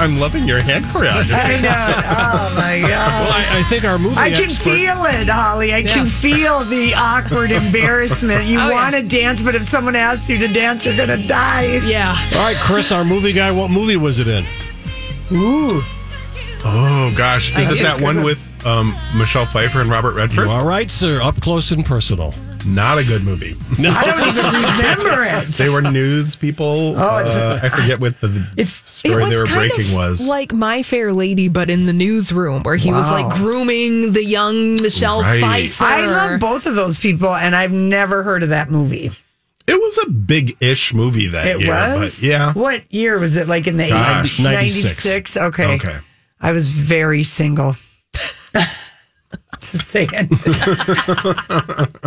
[SPEAKER 8] I'm loving your hand choreography.
[SPEAKER 2] I know. Oh my god.
[SPEAKER 3] Well, I, I think our movie
[SPEAKER 2] I can
[SPEAKER 3] expert-
[SPEAKER 2] feel it, Holly. I can
[SPEAKER 3] Yeah.
[SPEAKER 2] feel the awkward embarrassment. You
[SPEAKER 4] Oh, yeah.
[SPEAKER 2] want to dance, but if someone asks you to dance, you're gonna die.
[SPEAKER 4] yeah
[SPEAKER 3] All right, Chris, our movie guy. What movie was it in?
[SPEAKER 2] Ooh.
[SPEAKER 8] Oh gosh,
[SPEAKER 3] I
[SPEAKER 8] is this
[SPEAKER 3] did.
[SPEAKER 8] that one with um, Michelle Pfeiffer and Robert Redford?
[SPEAKER 3] You all right, sir? Up close and personal.
[SPEAKER 8] Not a good movie.
[SPEAKER 3] No.
[SPEAKER 2] I don't even remember it.
[SPEAKER 8] They were news people.
[SPEAKER 2] Oh, it's-
[SPEAKER 8] Uh, I forget what the story they were breaking was.
[SPEAKER 4] like My Fair Lady, but in the newsroom, where he was
[SPEAKER 2] Wow.
[SPEAKER 4] like grooming the young Michelle
[SPEAKER 8] Right.
[SPEAKER 4] Pfeiffer.
[SPEAKER 2] I love both of those people, and I've never heard of that movie.
[SPEAKER 8] It was a big ish movie that
[SPEAKER 2] It
[SPEAKER 8] year.
[SPEAKER 2] was?
[SPEAKER 8] But yeah.
[SPEAKER 2] What year was it? Like in the
[SPEAKER 8] Gosh.
[SPEAKER 2] 80s? 96. Okay.
[SPEAKER 8] Okay.
[SPEAKER 2] I was very single. Just saying.
[SPEAKER 8] Didn't want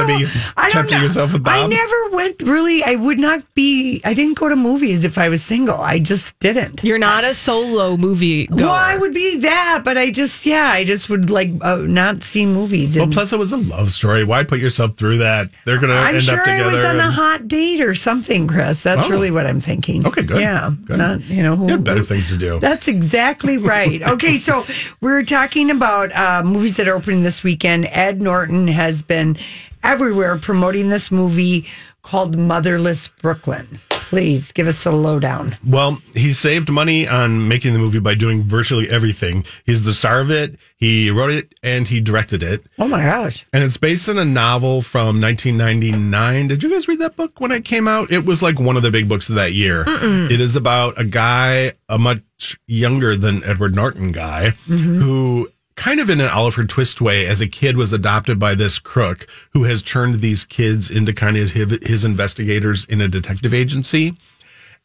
[SPEAKER 8] to be
[SPEAKER 2] I don't
[SPEAKER 8] tempting
[SPEAKER 2] know.
[SPEAKER 8] yourself with
[SPEAKER 2] I
[SPEAKER 8] Bob.
[SPEAKER 2] never went really. I would not be. I didn't go to movies if I was single. I just didn't.
[SPEAKER 4] You're not a solo movie goer.
[SPEAKER 2] Well, I would be that, but I just yeah, I just would like uh, not see movies.
[SPEAKER 8] well,
[SPEAKER 2] and-
[SPEAKER 8] plus it was a love story. Why put yourself through that? They're going to
[SPEAKER 2] I'm
[SPEAKER 8] end
[SPEAKER 2] sure
[SPEAKER 8] up
[SPEAKER 2] I
[SPEAKER 8] together.
[SPEAKER 2] was on a
[SPEAKER 8] and-
[SPEAKER 2] hot date or something, Chris. That's
[SPEAKER 8] Oh.
[SPEAKER 2] really what I'm thinking.
[SPEAKER 8] Okay, good.
[SPEAKER 2] Yeah,
[SPEAKER 8] Good.
[SPEAKER 2] not you know.
[SPEAKER 8] You had better things to do.
[SPEAKER 2] That's exactly right. okay, so we're talking about uh, movies that are opening this weekend. Ed Norton has been everywhere promoting this movie called Motherless Brooklyn. Please give us the lowdown.
[SPEAKER 8] Well, he saved money on making the movie by doing virtually everything. He's the star of it. He wrote it and he directed it.
[SPEAKER 2] Oh my gosh.
[SPEAKER 8] And it's based on a novel from 1999. Did you guys read that book when it came out? It was like one of the big books of that year.
[SPEAKER 11] Mm-mm.
[SPEAKER 8] It is about a guy, a much younger than Edward Norton guy,
[SPEAKER 11] Mhm.
[SPEAKER 8] who kind of in an Oliver Twist way, as a kid, was adopted by this crook who has turned these kids into kind of his, his investigators in a detective agency.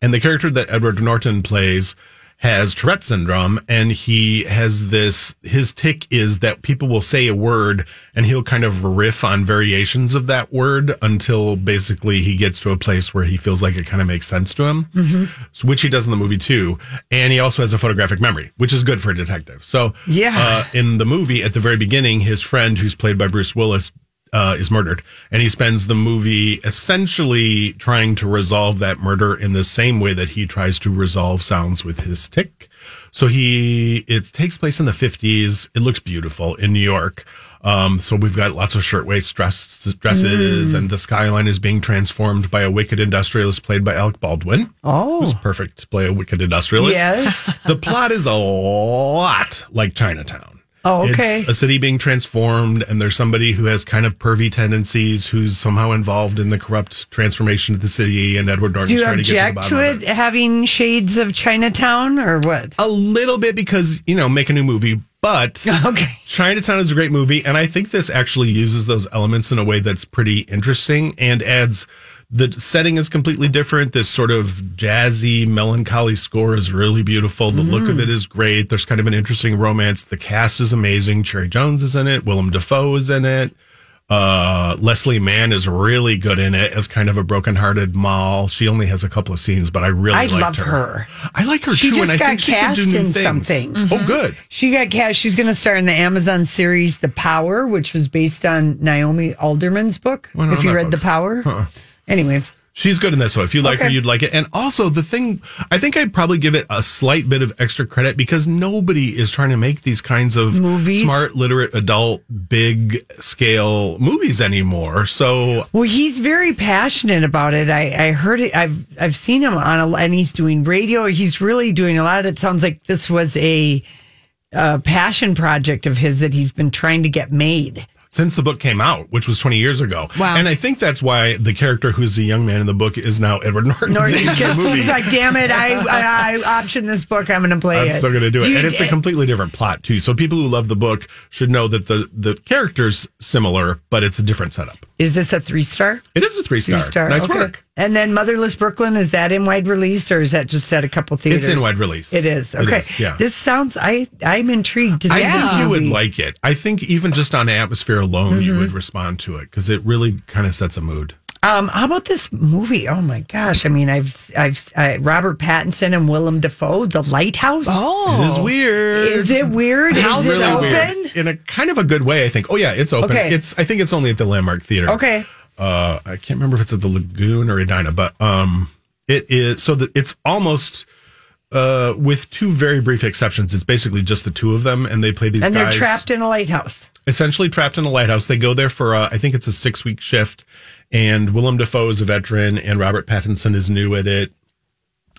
[SPEAKER 8] And the character that Edward Norton plays has Tourette syndrome, and he has this. His tick is that people will say a word, and he'll kind of riff on variations of that word until basically he gets to a place where he feels like it kind of makes sense to him
[SPEAKER 11] Mm-hmm.
[SPEAKER 8] so- which he does in the movie too. And he also has a photographic memory, which is good for a detective. So,
[SPEAKER 11] Yeah.
[SPEAKER 8] uh, in the movie, at the very beginning, his friend, who's played by Bruce Willis, uh, is murdered, and he spends the movie essentially trying to resolve that murder in the same way that he tries to resolve sounds with his tick. So he it takes place in the fifties. It looks beautiful in New York. Um, so we've got lots of shirtwaist dress, dresses,
[SPEAKER 11] Mm.
[SPEAKER 8] and the skyline is being transformed by a wicked industrialist played by Alec Baldwin.
[SPEAKER 2] Oh,
[SPEAKER 8] was perfect to play a wicked industrialist.
[SPEAKER 11] Yes.
[SPEAKER 8] the plot is a lot like Chinatown.
[SPEAKER 11] Oh, okay.
[SPEAKER 8] It's a city being transformed, and there's somebody who has kind of pervy tendencies who's somehow involved in the corrupt transformation of the city, and Edward
[SPEAKER 2] Do
[SPEAKER 8] Norton's
[SPEAKER 2] you
[SPEAKER 8] trying to get to the
[SPEAKER 2] object
[SPEAKER 8] bottom
[SPEAKER 2] to
[SPEAKER 8] of
[SPEAKER 2] it
[SPEAKER 8] it.
[SPEAKER 2] having shades of Chinatown or what?
[SPEAKER 8] A little bit because, you know, make a new movie. But Chinatown is a great movie, and I think this actually uses those elements in a way that's pretty interesting and adds the setting is completely different. This sort of jazzy, melancholy score is really beautiful. The look of
[SPEAKER 11] Mm.
[SPEAKER 8] it is great. There's kind of an interesting romance. The cast is amazing. Cherry Jones is in it, Willem Dafoe is in it. Uh, Leslie Mann is really good in it as kind of a brokenhearted moll. She only has a couple of scenes, but I really
[SPEAKER 2] I
[SPEAKER 8] liked
[SPEAKER 2] love her.
[SPEAKER 8] I like her
[SPEAKER 2] She
[SPEAKER 8] too,
[SPEAKER 2] just
[SPEAKER 8] and I
[SPEAKER 2] got
[SPEAKER 8] think she can
[SPEAKER 2] cast
[SPEAKER 8] do new
[SPEAKER 2] in
[SPEAKER 8] things.
[SPEAKER 2] something. Mm-hmm.
[SPEAKER 8] Oh, good.
[SPEAKER 2] She got cast. She's going to star in the Amazon series The Power, which was based on Naomi Alderman's book.
[SPEAKER 8] Well, no,
[SPEAKER 2] if you
[SPEAKER 8] that
[SPEAKER 2] read
[SPEAKER 8] book.
[SPEAKER 2] The Power,
[SPEAKER 8] Huh.
[SPEAKER 2] anyway,
[SPEAKER 8] She's good in this. So if you like her,
[SPEAKER 2] Okay.
[SPEAKER 8] you'd like it. And also, the thing I think I'd probably give it a slight bit of extra credit because nobody is trying to make these kinds of
[SPEAKER 2] Movies?
[SPEAKER 8] smart, literate, adult, big scale movies anymore. So
[SPEAKER 2] Well, he's very passionate about it. I, I heard it. I've I've seen him on, a, and he's doing radio. He's really doing a lot. It sounds like this was a, uh passion project of his that he's been trying to get made.
[SPEAKER 8] since the book came out, which was 20 years ago.
[SPEAKER 2] Wow.
[SPEAKER 8] And I think that's why the character who's a young man in the book is now Edward Norton.
[SPEAKER 2] Norton
[SPEAKER 8] in the
[SPEAKER 2] just-
[SPEAKER 8] movie.
[SPEAKER 2] he's like, "Damn it! I I, I optioned this book. I'm going to play
[SPEAKER 8] I'm
[SPEAKER 2] it.
[SPEAKER 8] still going to do it.
[SPEAKER 2] you-
[SPEAKER 8] and it's a completely different plot, too. So people who love the book should know that the, the character's similar, but it's a different setup.
[SPEAKER 2] Is this a three star?
[SPEAKER 8] It is a three star.
[SPEAKER 2] Three star.
[SPEAKER 8] Nice
[SPEAKER 2] okay.
[SPEAKER 8] work.
[SPEAKER 2] And then Motherless Brooklyn is that in wide release or is that just at a couple theaters?
[SPEAKER 8] It's in wide release.
[SPEAKER 2] It is.
[SPEAKER 8] It
[SPEAKER 2] Okay.
[SPEAKER 8] is, yeah.
[SPEAKER 2] This sounds. I I'm intrigued to see.
[SPEAKER 8] I
[SPEAKER 2] this
[SPEAKER 8] think you would
[SPEAKER 2] movie.
[SPEAKER 8] like it. I think even just on atmosphere alone, you
[SPEAKER 2] Mhm.
[SPEAKER 8] would respond to it because it really kind of sets a mood.
[SPEAKER 2] Um, how about this movie? Oh my gosh! I mean, I've I've uh, Robert Pattinson and Willem Dafoe, The Lighthouse.
[SPEAKER 8] It is weird.
[SPEAKER 2] Is it Oh, weird?
[SPEAKER 8] It's
[SPEAKER 2] is it open?
[SPEAKER 8] weird in a kind of a good way. I think. Oh yeah, it's open.
[SPEAKER 2] Okay.
[SPEAKER 8] It's. I think it's only at the Landmark Theater.
[SPEAKER 2] Okay.
[SPEAKER 8] Uh, I can't remember if it's at the Lagoon or Edina, but um, it is. So that it's almost. Uh, with two very brief exceptions, it's basically just the two of them, and they play these
[SPEAKER 2] And they're
[SPEAKER 8] guys
[SPEAKER 2] trapped in a lighthouse.
[SPEAKER 8] essentially trapped in a lighthouse. They go there for uh, I think it's a six week shift, and Willem Dafoe is a veteran, and Robert Pattinson is new at it.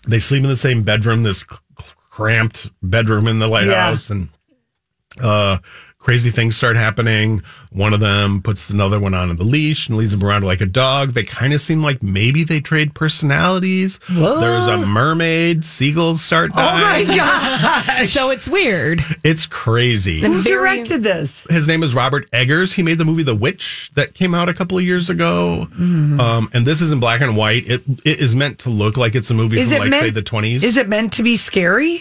[SPEAKER 8] They sleep in the same bedroom, this c- c- cramped bedroom in the lighthouse, and uh, crazy things start happening. One of them puts another one on the leash and leads him around like a dog. They kind of seem like maybe they trade personalities. There's a mermaid. Seagulls start dying.
[SPEAKER 4] so it's weird.
[SPEAKER 8] It's crazy.
[SPEAKER 2] Who directed this?
[SPEAKER 8] His name is Robert Eggers. He made the movie The Witch that came out a couple of years ago.
[SPEAKER 2] Mm-hmm.
[SPEAKER 8] Um, and this is in black and white. It it is meant to look like it's a movie
[SPEAKER 2] Is
[SPEAKER 8] from
[SPEAKER 2] it
[SPEAKER 8] like
[SPEAKER 2] meant-
[SPEAKER 8] say the twenties.
[SPEAKER 2] Is it meant to be scary?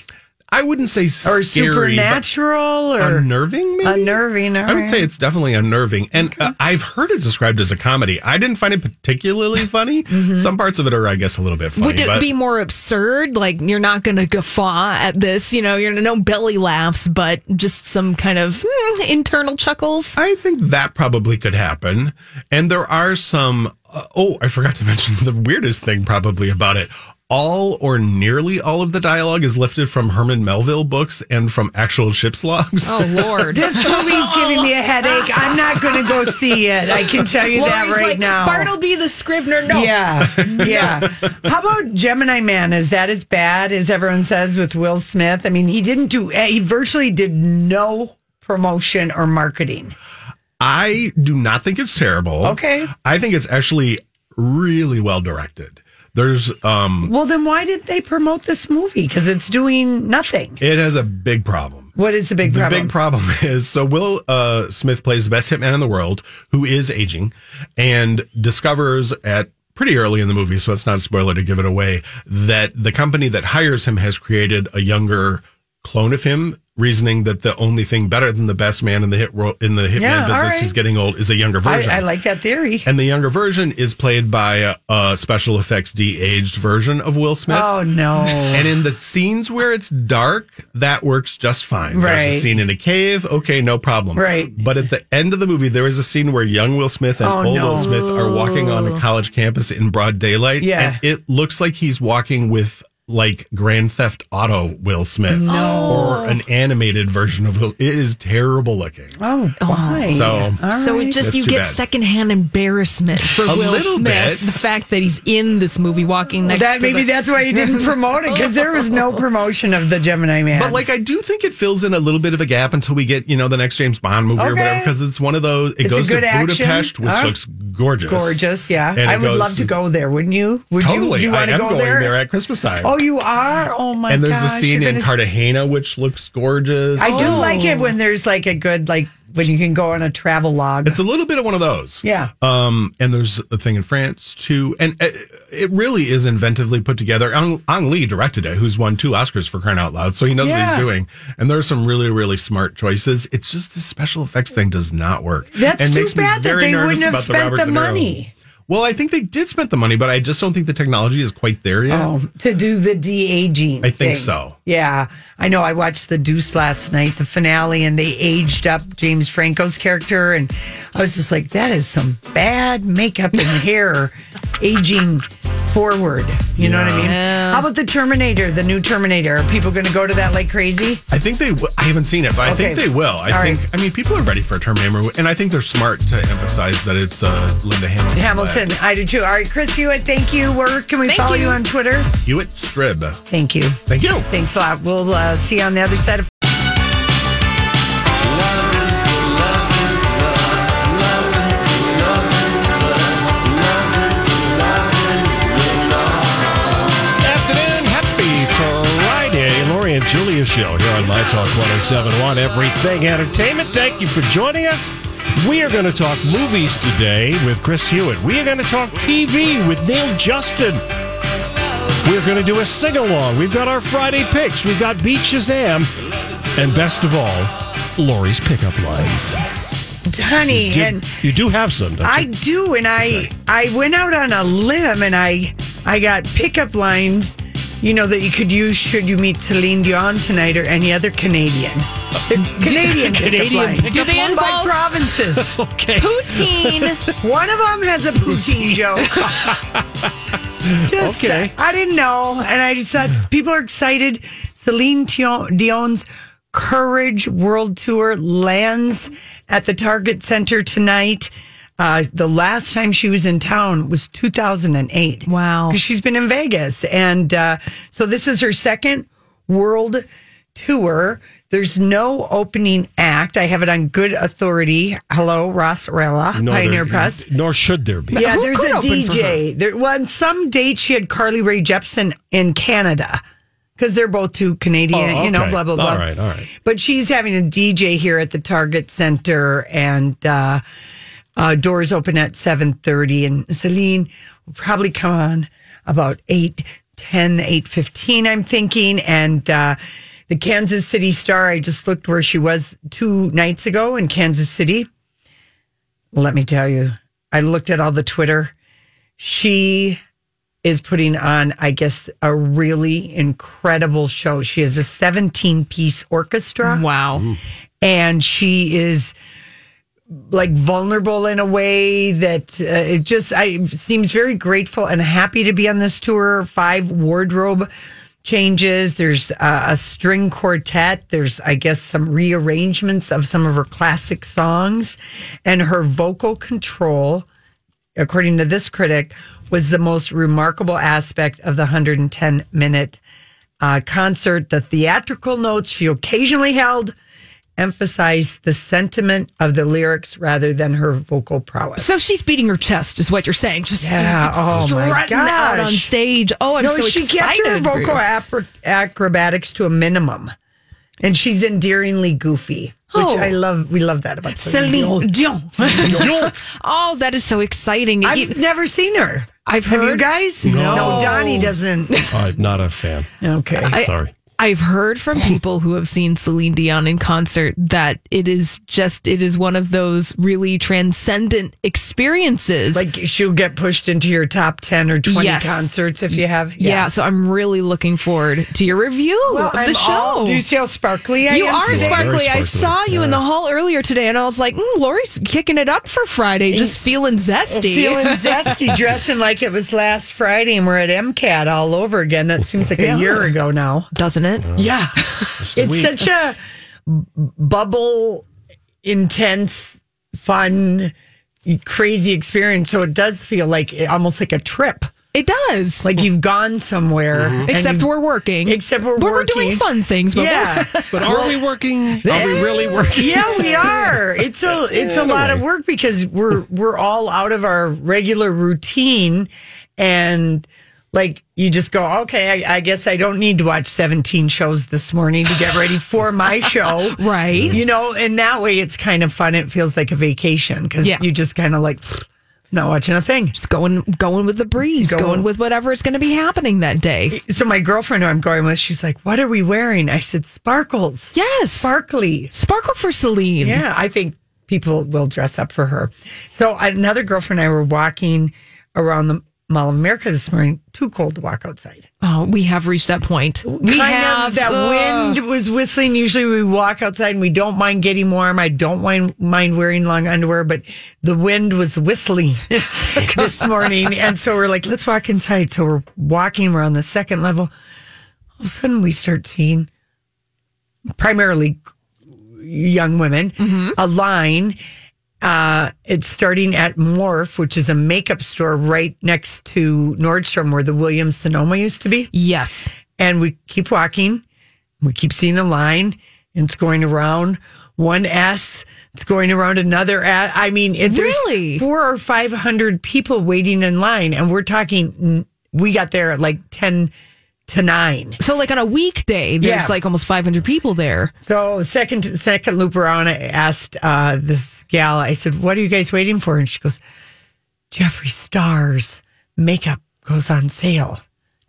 [SPEAKER 8] I wouldn't say
[SPEAKER 2] or
[SPEAKER 8] scary, but
[SPEAKER 2] supernatural or
[SPEAKER 8] unnerving. Maybe?
[SPEAKER 2] Unnerving. all
[SPEAKER 8] I would
[SPEAKER 2] right.
[SPEAKER 8] say it's definitely unnerving. And uh, I've heard it described as a comedy. I didn't find it particularly funny.
[SPEAKER 2] Mm-hmm.
[SPEAKER 8] Some parts of it are, I guess, a little bit funny.
[SPEAKER 4] Would it
[SPEAKER 8] but
[SPEAKER 4] be more absurd? Like you're not going to guffaw at this, you know, you're no belly laughs, but just some kind of mm, internal chuckles.
[SPEAKER 8] I think that probably could happen. And there are some. Uh, oh, I forgot to mention the weirdest thing probably about it. all or nearly all of the dialogue is lifted from Herman Melville books and from actual ship's logs.
[SPEAKER 4] Oh Lord,
[SPEAKER 2] this movie's giving me a headache. I'm not going to go see it. I can tell you that
[SPEAKER 4] Lori's
[SPEAKER 2] right
[SPEAKER 4] like,
[SPEAKER 2] now.
[SPEAKER 4] Bartleby the Scrivener. No.
[SPEAKER 2] Yeah, yeah. How about Gemini Man? Is that as bad as everyone says with Will Smith? I mean, he didn't do. eh, He virtually did no promotion or marketing.
[SPEAKER 8] I do not think it's terrible.
[SPEAKER 2] Okay.
[SPEAKER 8] I think it's actually really well directed. There's um
[SPEAKER 2] Well, then why did they promote this movie? Because it's doing nothing.
[SPEAKER 8] it has a big problem.
[SPEAKER 2] What is the big
[SPEAKER 8] The
[SPEAKER 2] problem?
[SPEAKER 8] big problem is so Will uh, Smith plays the best hitman in the world who is aging and discovers at pretty early in the movie, so it's not a spoiler to give it away, that the company that hires him has created a younger clone of him, reasoning that the only thing better than the best man in the hit ro- in the hitman
[SPEAKER 2] Yeah, all
[SPEAKER 8] business
[SPEAKER 2] right.
[SPEAKER 8] who's getting old is a younger version.
[SPEAKER 2] I, I like that theory.
[SPEAKER 8] And the younger version is played by a, a special effects de-aged version of Will Smith.
[SPEAKER 2] Oh no.
[SPEAKER 8] And in the scenes where it's dark, that works just fine. There's a
[SPEAKER 2] Right.
[SPEAKER 8] scene in a cave, okay, no problem.
[SPEAKER 2] Right.
[SPEAKER 8] But at the end of the movie, there is a scene where young Will Smith and
[SPEAKER 2] Oh,
[SPEAKER 8] old
[SPEAKER 2] no.
[SPEAKER 8] Will Smith are walking on a college campus in broad daylight.
[SPEAKER 2] Yeah.
[SPEAKER 8] And it looks like he's walking with like Grand Theft Auto Will Smith or an animated version of Will. It is terrible looking.
[SPEAKER 2] Oh, why?
[SPEAKER 8] So-
[SPEAKER 2] All
[SPEAKER 4] So it
[SPEAKER 2] right.
[SPEAKER 4] just
[SPEAKER 8] That's
[SPEAKER 4] you
[SPEAKER 8] too
[SPEAKER 4] get
[SPEAKER 8] bad.
[SPEAKER 4] secondhand embarrassment for
[SPEAKER 8] A
[SPEAKER 4] Will
[SPEAKER 8] little
[SPEAKER 4] Smith.
[SPEAKER 8] bit.
[SPEAKER 4] The fact that he's in this movie, walking next.
[SPEAKER 2] that
[SPEAKER 4] to
[SPEAKER 2] maybe
[SPEAKER 4] the-
[SPEAKER 2] that's why you didn't promote it because there was no promotion of the Gemini Man.
[SPEAKER 8] But like, I do think it fills in a little bit of a gap until we get you know the next James Bond movie or
[SPEAKER 2] Okay.
[SPEAKER 8] whatever because it's one of those. It
[SPEAKER 2] It's a
[SPEAKER 8] goes to
[SPEAKER 2] good action.
[SPEAKER 8] Budapest, which
[SPEAKER 2] Huh?
[SPEAKER 8] looks gorgeous,
[SPEAKER 2] gorgeous, yeah.
[SPEAKER 8] And it
[SPEAKER 2] I would
[SPEAKER 8] goes-
[SPEAKER 2] love to go there, wouldn't you? Would
[SPEAKER 8] Totally,
[SPEAKER 2] you? Do you
[SPEAKER 8] I
[SPEAKER 2] want to
[SPEAKER 8] am
[SPEAKER 2] go
[SPEAKER 8] going
[SPEAKER 2] there?
[SPEAKER 8] there? at Christmas time.
[SPEAKER 2] Oh, you are. Oh my!
[SPEAKER 8] and there's
[SPEAKER 2] gosh,
[SPEAKER 8] a scene
[SPEAKER 2] you're
[SPEAKER 8] in
[SPEAKER 2] gonna-
[SPEAKER 8] Cartagena which looks gorgeous. Oh.
[SPEAKER 2] I do
[SPEAKER 4] Oh.
[SPEAKER 2] like it when there's like a good like when you can go on a travel log.
[SPEAKER 8] It's a little bit of one of those.
[SPEAKER 2] Yeah.
[SPEAKER 8] Um, and there's a thing in France too, and it, it really is inventively put together. Ang, Ang Lee directed it, who's won two Oscars for crying out loud, so he knows what
[SPEAKER 2] Yeah.
[SPEAKER 8] he's doing. And there's some really, really smart choices. It's just the special effects thing does not work.
[SPEAKER 2] That's
[SPEAKER 8] and
[SPEAKER 2] too
[SPEAKER 8] makes me
[SPEAKER 2] bad that
[SPEAKER 8] very
[SPEAKER 2] they
[SPEAKER 8] nervous
[SPEAKER 2] wouldn't have
[SPEAKER 8] about
[SPEAKER 2] spent
[SPEAKER 8] Robert
[SPEAKER 2] the
[SPEAKER 8] De Niro.
[SPEAKER 2] money
[SPEAKER 8] Well, I think they did spend the money, but I just don't think the technology is quite there yet.
[SPEAKER 2] oh, to do the de aging.
[SPEAKER 8] I think so.
[SPEAKER 2] Yeah, I know. I watched The Deuce last night, the finale, and they aged up James Franco's character, and I was just like, that is some bad makeup and hair aging forward. You know what I mean? How about the Terminator, the new Terminator? Are people going to go to that like crazy?
[SPEAKER 8] I think they. W- I haven't seen it, but I think
[SPEAKER 2] Okay.
[SPEAKER 8] they will. I
[SPEAKER 2] All
[SPEAKER 8] think. I mean, people are ready for a Terminator, movie, and I think they're smart to emphasize that it's uh, Linda Hamilton.
[SPEAKER 2] Hamilton, I do too. All right, Chris Hewitt, thank you. Where can we follow you. on Twitter?
[SPEAKER 8] Hewitt Strib.
[SPEAKER 2] Thank you.
[SPEAKER 8] Thank you.
[SPEAKER 2] Thanks a lot. We'll uh, see you on the other side of.
[SPEAKER 3] Afternoon, happy Friday. Lori and Julia show here on My Talk 1071, Everything Entertainment. Thank you for joining us. We are going to talk movies today with Chris Hewitt. We are going to talk TV with Neil Justin. We're going to do a sing along. We've got our Friday picks. We've got Beat Shazam. And best of all, Lori's pickup lines.
[SPEAKER 2] Honey,
[SPEAKER 3] Do-
[SPEAKER 2] and
[SPEAKER 3] you do have some, don't you?
[SPEAKER 2] I do, and I I went out on a limb and I I got pickup lines, you know, that you could use should you meet Celine Dion tonight or any other Canadian. Canadian pickup
[SPEAKER 3] Canadian
[SPEAKER 2] lines.
[SPEAKER 4] Do they
[SPEAKER 2] by
[SPEAKER 4] involve
[SPEAKER 2] provinces.
[SPEAKER 3] okay.
[SPEAKER 4] poutine?
[SPEAKER 2] One of them has a poutine joke. Just,
[SPEAKER 3] Okay.
[SPEAKER 2] I didn't know, and I just thought people are excited. Celine Tion- Dion's Courage World Tour lands at the Target Center tonight. Uh, the last time she was in town was 2008.
[SPEAKER 4] Wow.
[SPEAKER 2] 'Cause she's been in Vegas, and uh, so this is her second world tour. There's no opening act. I have it on good authority. Hello, Ross Rella,
[SPEAKER 3] Nor there-
[SPEAKER 2] Pioneer Press.
[SPEAKER 3] Nor should there be.
[SPEAKER 2] Yeah,
[SPEAKER 4] Who
[SPEAKER 2] there's
[SPEAKER 4] could
[SPEAKER 2] a
[SPEAKER 4] open for
[SPEAKER 2] DJ. There, well, on some date she had Carly Rae Jepsen in Canada because they're both two Canadian.
[SPEAKER 3] Oh,
[SPEAKER 2] You know,
[SPEAKER 3] okay.
[SPEAKER 2] blah blah blah.
[SPEAKER 3] All right, all right.
[SPEAKER 2] But she's having a DJ here at the Target Center, and uh, uh, doors open at seven thirty. And Celine will probably come on about eight ten, eight fifteen. I'm thinking, and. Uh, the Kansas City Star, I just looked where she was two nights ago in Kansas City let me tell you, I looked at all the Twitter. She is putting on, I guess, a really incredible show. She has a 17 piece orchestra
[SPEAKER 4] Wow.
[SPEAKER 2] and she is like vulnerable in a way that uh, it just I seems very grateful and happy to be on this tour. Five wardrobe changes. There's uh, a string quartet. There's I guess some rearrangements of some of her classic songs, and her vocal control, according to this critic, was the most remarkable aspect of the 110 minute uh, concert. The theatrical notes she occasionally held emphasized the sentiment of the lyrics rather than her vocal prowess.
[SPEAKER 4] So she's beating her chest, is what you're saying. Just
[SPEAKER 2] Yeah, oh my
[SPEAKER 4] strutting out on
[SPEAKER 2] gosh.
[SPEAKER 4] stage. Oh, I'm
[SPEAKER 2] no,
[SPEAKER 4] so
[SPEAKER 2] she
[SPEAKER 4] excited.
[SPEAKER 2] kept her
[SPEAKER 4] for you.
[SPEAKER 2] vocal apro- acrobatics to a minimum, and she's endearingly goofy, which
[SPEAKER 4] Oh.
[SPEAKER 2] I love. We love that about
[SPEAKER 4] Celine Dion. oh, that is so exciting.
[SPEAKER 2] I've
[SPEAKER 4] You-
[SPEAKER 2] never seen her.
[SPEAKER 4] I've
[SPEAKER 2] Have
[SPEAKER 4] heard.
[SPEAKER 2] you guys?
[SPEAKER 10] No.
[SPEAKER 2] no Donnie doesn't.
[SPEAKER 10] I'm not a fan.
[SPEAKER 2] Okay.
[SPEAKER 4] I-
[SPEAKER 10] Sorry.
[SPEAKER 4] I've heard from people who have seen Celine Dion in concert that it is just it is one of those really transcendent experiences.
[SPEAKER 2] Like she'll get pushed into your top ten or twenty
[SPEAKER 4] Yes.
[SPEAKER 2] concerts if you have.
[SPEAKER 4] yeah. so I'm really looking forward to your review
[SPEAKER 2] Well,
[SPEAKER 4] of
[SPEAKER 2] Oh,
[SPEAKER 4] the
[SPEAKER 2] I'm
[SPEAKER 4] show.
[SPEAKER 2] all- do you see how sparkly I
[SPEAKER 4] you
[SPEAKER 2] am?
[SPEAKER 4] are
[SPEAKER 2] today?
[SPEAKER 4] sparkly.
[SPEAKER 10] Very
[SPEAKER 4] I
[SPEAKER 10] sparkly,
[SPEAKER 4] saw you in the hall earlier today, and I was like, mm, "Lori's kicking it up for Friday, just feeling zesty."
[SPEAKER 2] Feeling zesty, dressing like it was last Friday, and we're at MCAT all over again. That seems like a year ago now.
[SPEAKER 4] doesn't it?
[SPEAKER 2] Yeah.
[SPEAKER 10] a
[SPEAKER 2] it's
[SPEAKER 10] week.
[SPEAKER 2] such a b- bubble, intense, fun, crazy experience. So it does feel like almost like a trip.
[SPEAKER 4] It does.
[SPEAKER 2] Like you've gone somewhere. and
[SPEAKER 4] except
[SPEAKER 2] you've-
[SPEAKER 4] we're working.
[SPEAKER 2] Except we're
[SPEAKER 4] But we're
[SPEAKER 2] working.
[SPEAKER 4] doing fun things. But
[SPEAKER 2] Yeah.
[SPEAKER 10] But are we working? Are we really working?
[SPEAKER 2] Yeah, we are. It's a it's a
[SPEAKER 10] in a
[SPEAKER 2] lot of
[SPEAKER 10] way.
[SPEAKER 2] work because we're we're all out of our regular routine, and like you just go, okay, I, I guess I don't need to watch seventeen shows this morning to get ready for my show,
[SPEAKER 4] Right.
[SPEAKER 2] You know, and that way it's kind of fun. It feels like a vacation because
[SPEAKER 4] Yeah.
[SPEAKER 2] you just kind of like not watching a thing.
[SPEAKER 4] just going going with the breeze,
[SPEAKER 2] Going-
[SPEAKER 4] going, with whatever is going to be happening that day.
[SPEAKER 2] So my girlfriend who I'm going with, she's like, "What are we wearing?" I said, "Sparkles,
[SPEAKER 4] Yes.
[SPEAKER 2] sparkly."
[SPEAKER 4] Sparkle for Celine.
[SPEAKER 2] Yeah, I think people will dress up for her. So another girlfriend and I were walking around the Mall of America this morning. Too cold to walk outside.
[SPEAKER 4] Oh, we have reached that point. We
[SPEAKER 2] Kind of
[SPEAKER 4] have uh,
[SPEAKER 2] that
[SPEAKER 4] ugh.
[SPEAKER 2] wind was whistling. Usually we walk outside and we don't mind getting warm. I don't mind mind wearing long underwear, but the wind was whistling this morning, and so we're like, let's walk inside. So we're walking. We're on the second level. All of a sudden, we start seeing primarily young women
[SPEAKER 4] Mm-hmm.
[SPEAKER 2] a line uh, it's starting at Morph, which is a makeup store right next to Nordstrom, where the Williams Sonoma used to be.
[SPEAKER 4] Yes.
[SPEAKER 2] And we keep walking. We keep seeing the line. And it's going around one S. It's going around another S. I mean, it, there's
[SPEAKER 4] Really?
[SPEAKER 2] four or five hundred people waiting in line, and we're talking. We got there at like ten to nine.
[SPEAKER 4] So, like on a weekday, there's
[SPEAKER 2] Yeah.
[SPEAKER 4] like almost 500 people there.
[SPEAKER 2] So second second loop around, I asked uh, this gal. I said, "What are you guys waiting for?" And she goes, "Jeffree Star's makeup goes on sale.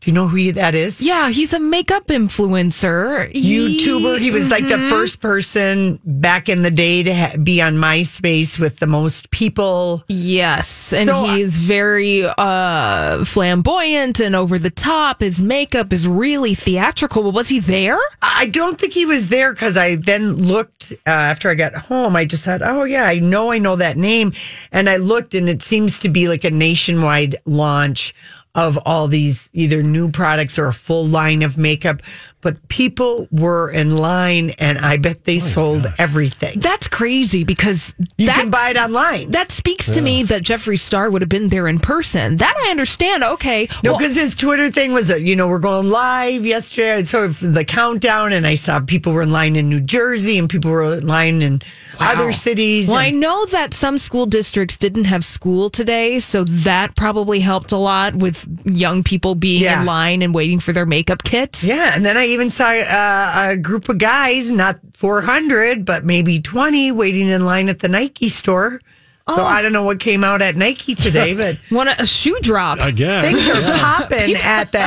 [SPEAKER 2] Do you know who that is?
[SPEAKER 4] Yeah, he's a makeup influencer. He-
[SPEAKER 2] YouTuber. He was like the first person back in the day to ha- be on MySpace with the most people.
[SPEAKER 4] Yes, and
[SPEAKER 2] So,
[SPEAKER 4] he is very uh flamboyant and over the top. His makeup is really theatrical. But was he there?
[SPEAKER 2] I don't think he was there because I then looked uh, after I got home. I just thought, oh, yeah, I know I know that name. And I looked, and it seems to be like a nationwide launch of all these either new products or a full line of makeup. But people were in line, and I bet they sold everything.
[SPEAKER 4] That's crazy because
[SPEAKER 2] you
[SPEAKER 4] that's,
[SPEAKER 2] can buy it online.
[SPEAKER 4] That speaks to me that Jeffree Star would have been there in person. That I understand. Okay.
[SPEAKER 2] No,
[SPEAKER 4] Well,
[SPEAKER 2] because his Twitter thing was, uh, you know, we're going live yesterday. I saw the countdown, and I saw people were in line in New Jersey, and people were in line in other cities.
[SPEAKER 4] well, I
[SPEAKER 2] and-
[SPEAKER 4] know that some school districts didn't have school today, so that probably helped a lot with young people being
[SPEAKER 2] Yeah.
[SPEAKER 4] in line and waiting for their makeup kits.
[SPEAKER 2] yeah, and then I even saw uh, a group of guys, not 400, but maybe 20, waiting in line at the Nike store.
[SPEAKER 4] Oh.
[SPEAKER 2] So I don't know what came out at Nike today, but
[SPEAKER 4] Want a, a shoe drop?
[SPEAKER 3] I guess.
[SPEAKER 2] things are popping at the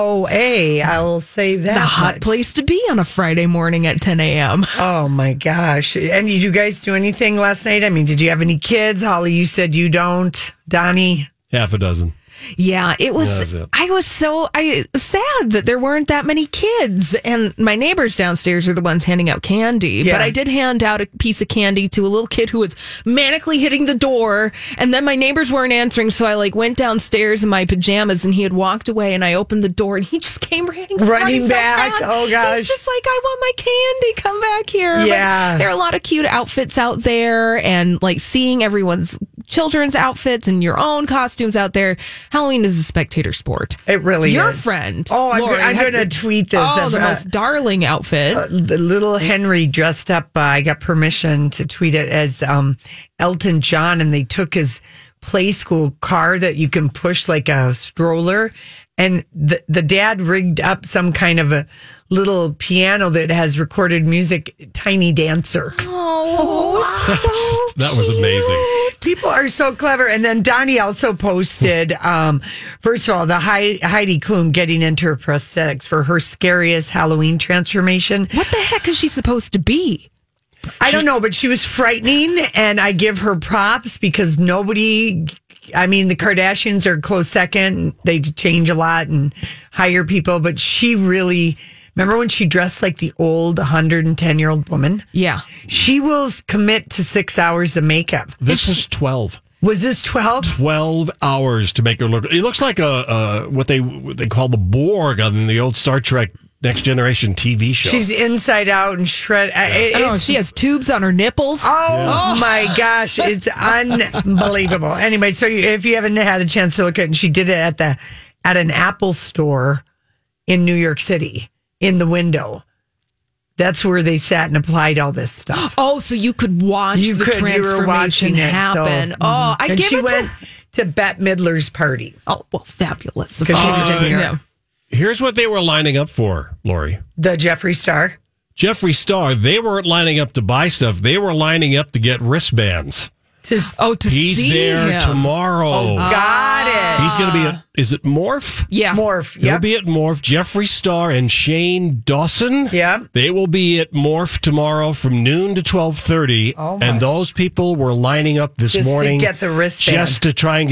[SPEAKER 2] MOA. I'll say that.
[SPEAKER 4] the hot
[SPEAKER 2] much.
[SPEAKER 4] place to be on a Friday morning at 10 a.m.
[SPEAKER 2] Oh my gosh. And did you guys do anything last night? I mean, did you have any kids? Holly, you said you don't. Donnie,
[SPEAKER 10] Half a dozen.
[SPEAKER 4] Yeah, it was.
[SPEAKER 10] That was it.
[SPEAKER 4] I was so I sad that there weren't that many kids, and my neighbors downstairs are the ones handing out candy.
[SPEAKER 11] Yeah.
[SPEAKER 4] But I did hand out a piece of candy to a little kid who was manically hitting the door, and then my neighbors weren't answering, so I like went downstairs in my pajamas, and he had walked away, and I opened the door, and he just came running,
[SPEAKER 2] Running
[SPEAKER 4] so
[SPEAKER 2] back.
[SPEAKER 4] fast.
[SPEAKER 2] Oh, gosh.
[SPEAKER 4] He's just like, I want my candy. Come back here. Like,
[SPEAKER 2] Yeah.
[SPEAKER 4] there are a lot of cute outfits out there and like seeing everyone's children's outfits and your own costumes out there. Halloween is a spectator sport.
[SPEAKER 2] It really
[SPEAKER 4] your
[SPEAKER 2] is.
[SPEAKER 4] friend.
[SPEAKER 2] Oh, I'm,
[SPEAKER 4] Lori,
[SPEAKER 2] I'm
[SPEAKER 4] had
[SPEAKER 2] going to
[SPEAKER 4] the-
[SPEAKER 2] tweet this.
[SPEAKER 4] Oh,
[SPEAKER 2] I've,
[SPEAKER 4] the
[SPEAKER 2] uh,
[SPEAKER 4] most darling outfit.
[SPEAKER 2] uh, the little Henry dressed up. Uh, I got permission to tweet it as um, Elton John, and they took his play school car that you can push like a stroller, and the the dad rigged up some kind of a little piano that has recorded music, Tiny Dancer.
[SPEAKER 4] Oh,
[SPEAKER 3] That was amazing.
[SPEAKER 2] People are so clever. And then Donnie also posted, um, first of all, the Hei- Heidi Klum getting into her prosthetics for her scariest Halloween transformation.
[SPEAKER 4] What the heck is she supposed to be?
[SPEAKER 2] I don't know, but she was frightening, and I give her props because nobody. I mean, the Kardashians are close second. They change a lot and hire people, but she really. Remember when she dressed like the old 110 year old woman?
[SPEAKER 4] Yeah.
[SPEAKER 2] She will s- commit to six hours of makeup.
[SPEAKER 3] This is 12.
[SPEAKER 2] Was this 12?
[SPEAKER 3] 12 hours to make her look. It looks like a, uh what they what they call the Borg on the old Star Trek Next Generation TV show.
[SPEAKER 2] She's inside out and shred. I- it-
[SPEAKER 4] Oh,
[SPEAKER 2] it's-
[SPEAKER 4] she has tubes on her nipples.
[SPEAKER 2] Oh my gosh, it's unbelievable. Anyway, so you- if you haven't had a chance to look at it, and she did it at the at an Apple store in New York City in the window. That's where they sat and applied all this stuff.
[SPEAKER 4] Oh, so you could watch
[SPEAKER 2] You
[SPEAKER 4] the
[SPEAKER 2] could you were
[SPEAKER 4] transformation
[SPEAKER 2] watching it, so- mm-hmm.
[SPEAKER 4] happen. Oh, I
[SPEAKER 2] and
[SPEAKER 4] give
[SPEAKER 2] she
[SPEAKER 4] it
[SPEAKER 2] went to
[SPEAKER 4] to.
[SPEAKER 2] Bette Midler's party.
[SPEAKER 4] Oh, well, fabulous. Oh,
[SPEAKER 2] Because she was
[SPEAKER 3] Uh,
[SPEAKER 2] in there.
[SPEAKER 4] yeah.
[SPEAKER 3] Here's what they were lining up for, Lori.
[SPEAKER 2] The Jeffree Star.
[SPEAKER 3] Jeffree Star, they weren't lining up to buy stuff. They were lining up to get wristbands.
[SPEAKER 4] Oh, to
[SPEAKER 3] He's
[SPEAKER 4] see
[SPEAKER 3] there
[SPEAKER 4] him.
[SPEAKER 3] tomorrow.
[SPEAKER 2] Oh, Got it.
[SPEAKER 3] He's going to be at, is it Morph?
[SPEAKER 4] Yeah.
[SPEAKER 2] Morph.
[SPEAKER 3] He'll
[SPEAKER 2] Yep.
[SPEAKER 3] be at Morph. Jeffree Star and Shane Dawson.
[SPEAKER 2] Yep.
[SPEAKER 3] They will be at Morph tomorrow from noon to 1230.
[SPEAKER 2] Oh, my.
[SPEAKER 3] and those people were lining up this
[SPEAKER 2] Just to
[SPEAKER 3] morning
[SPEAKER 2] get the wristband.
[SPEAKER 3] just to try and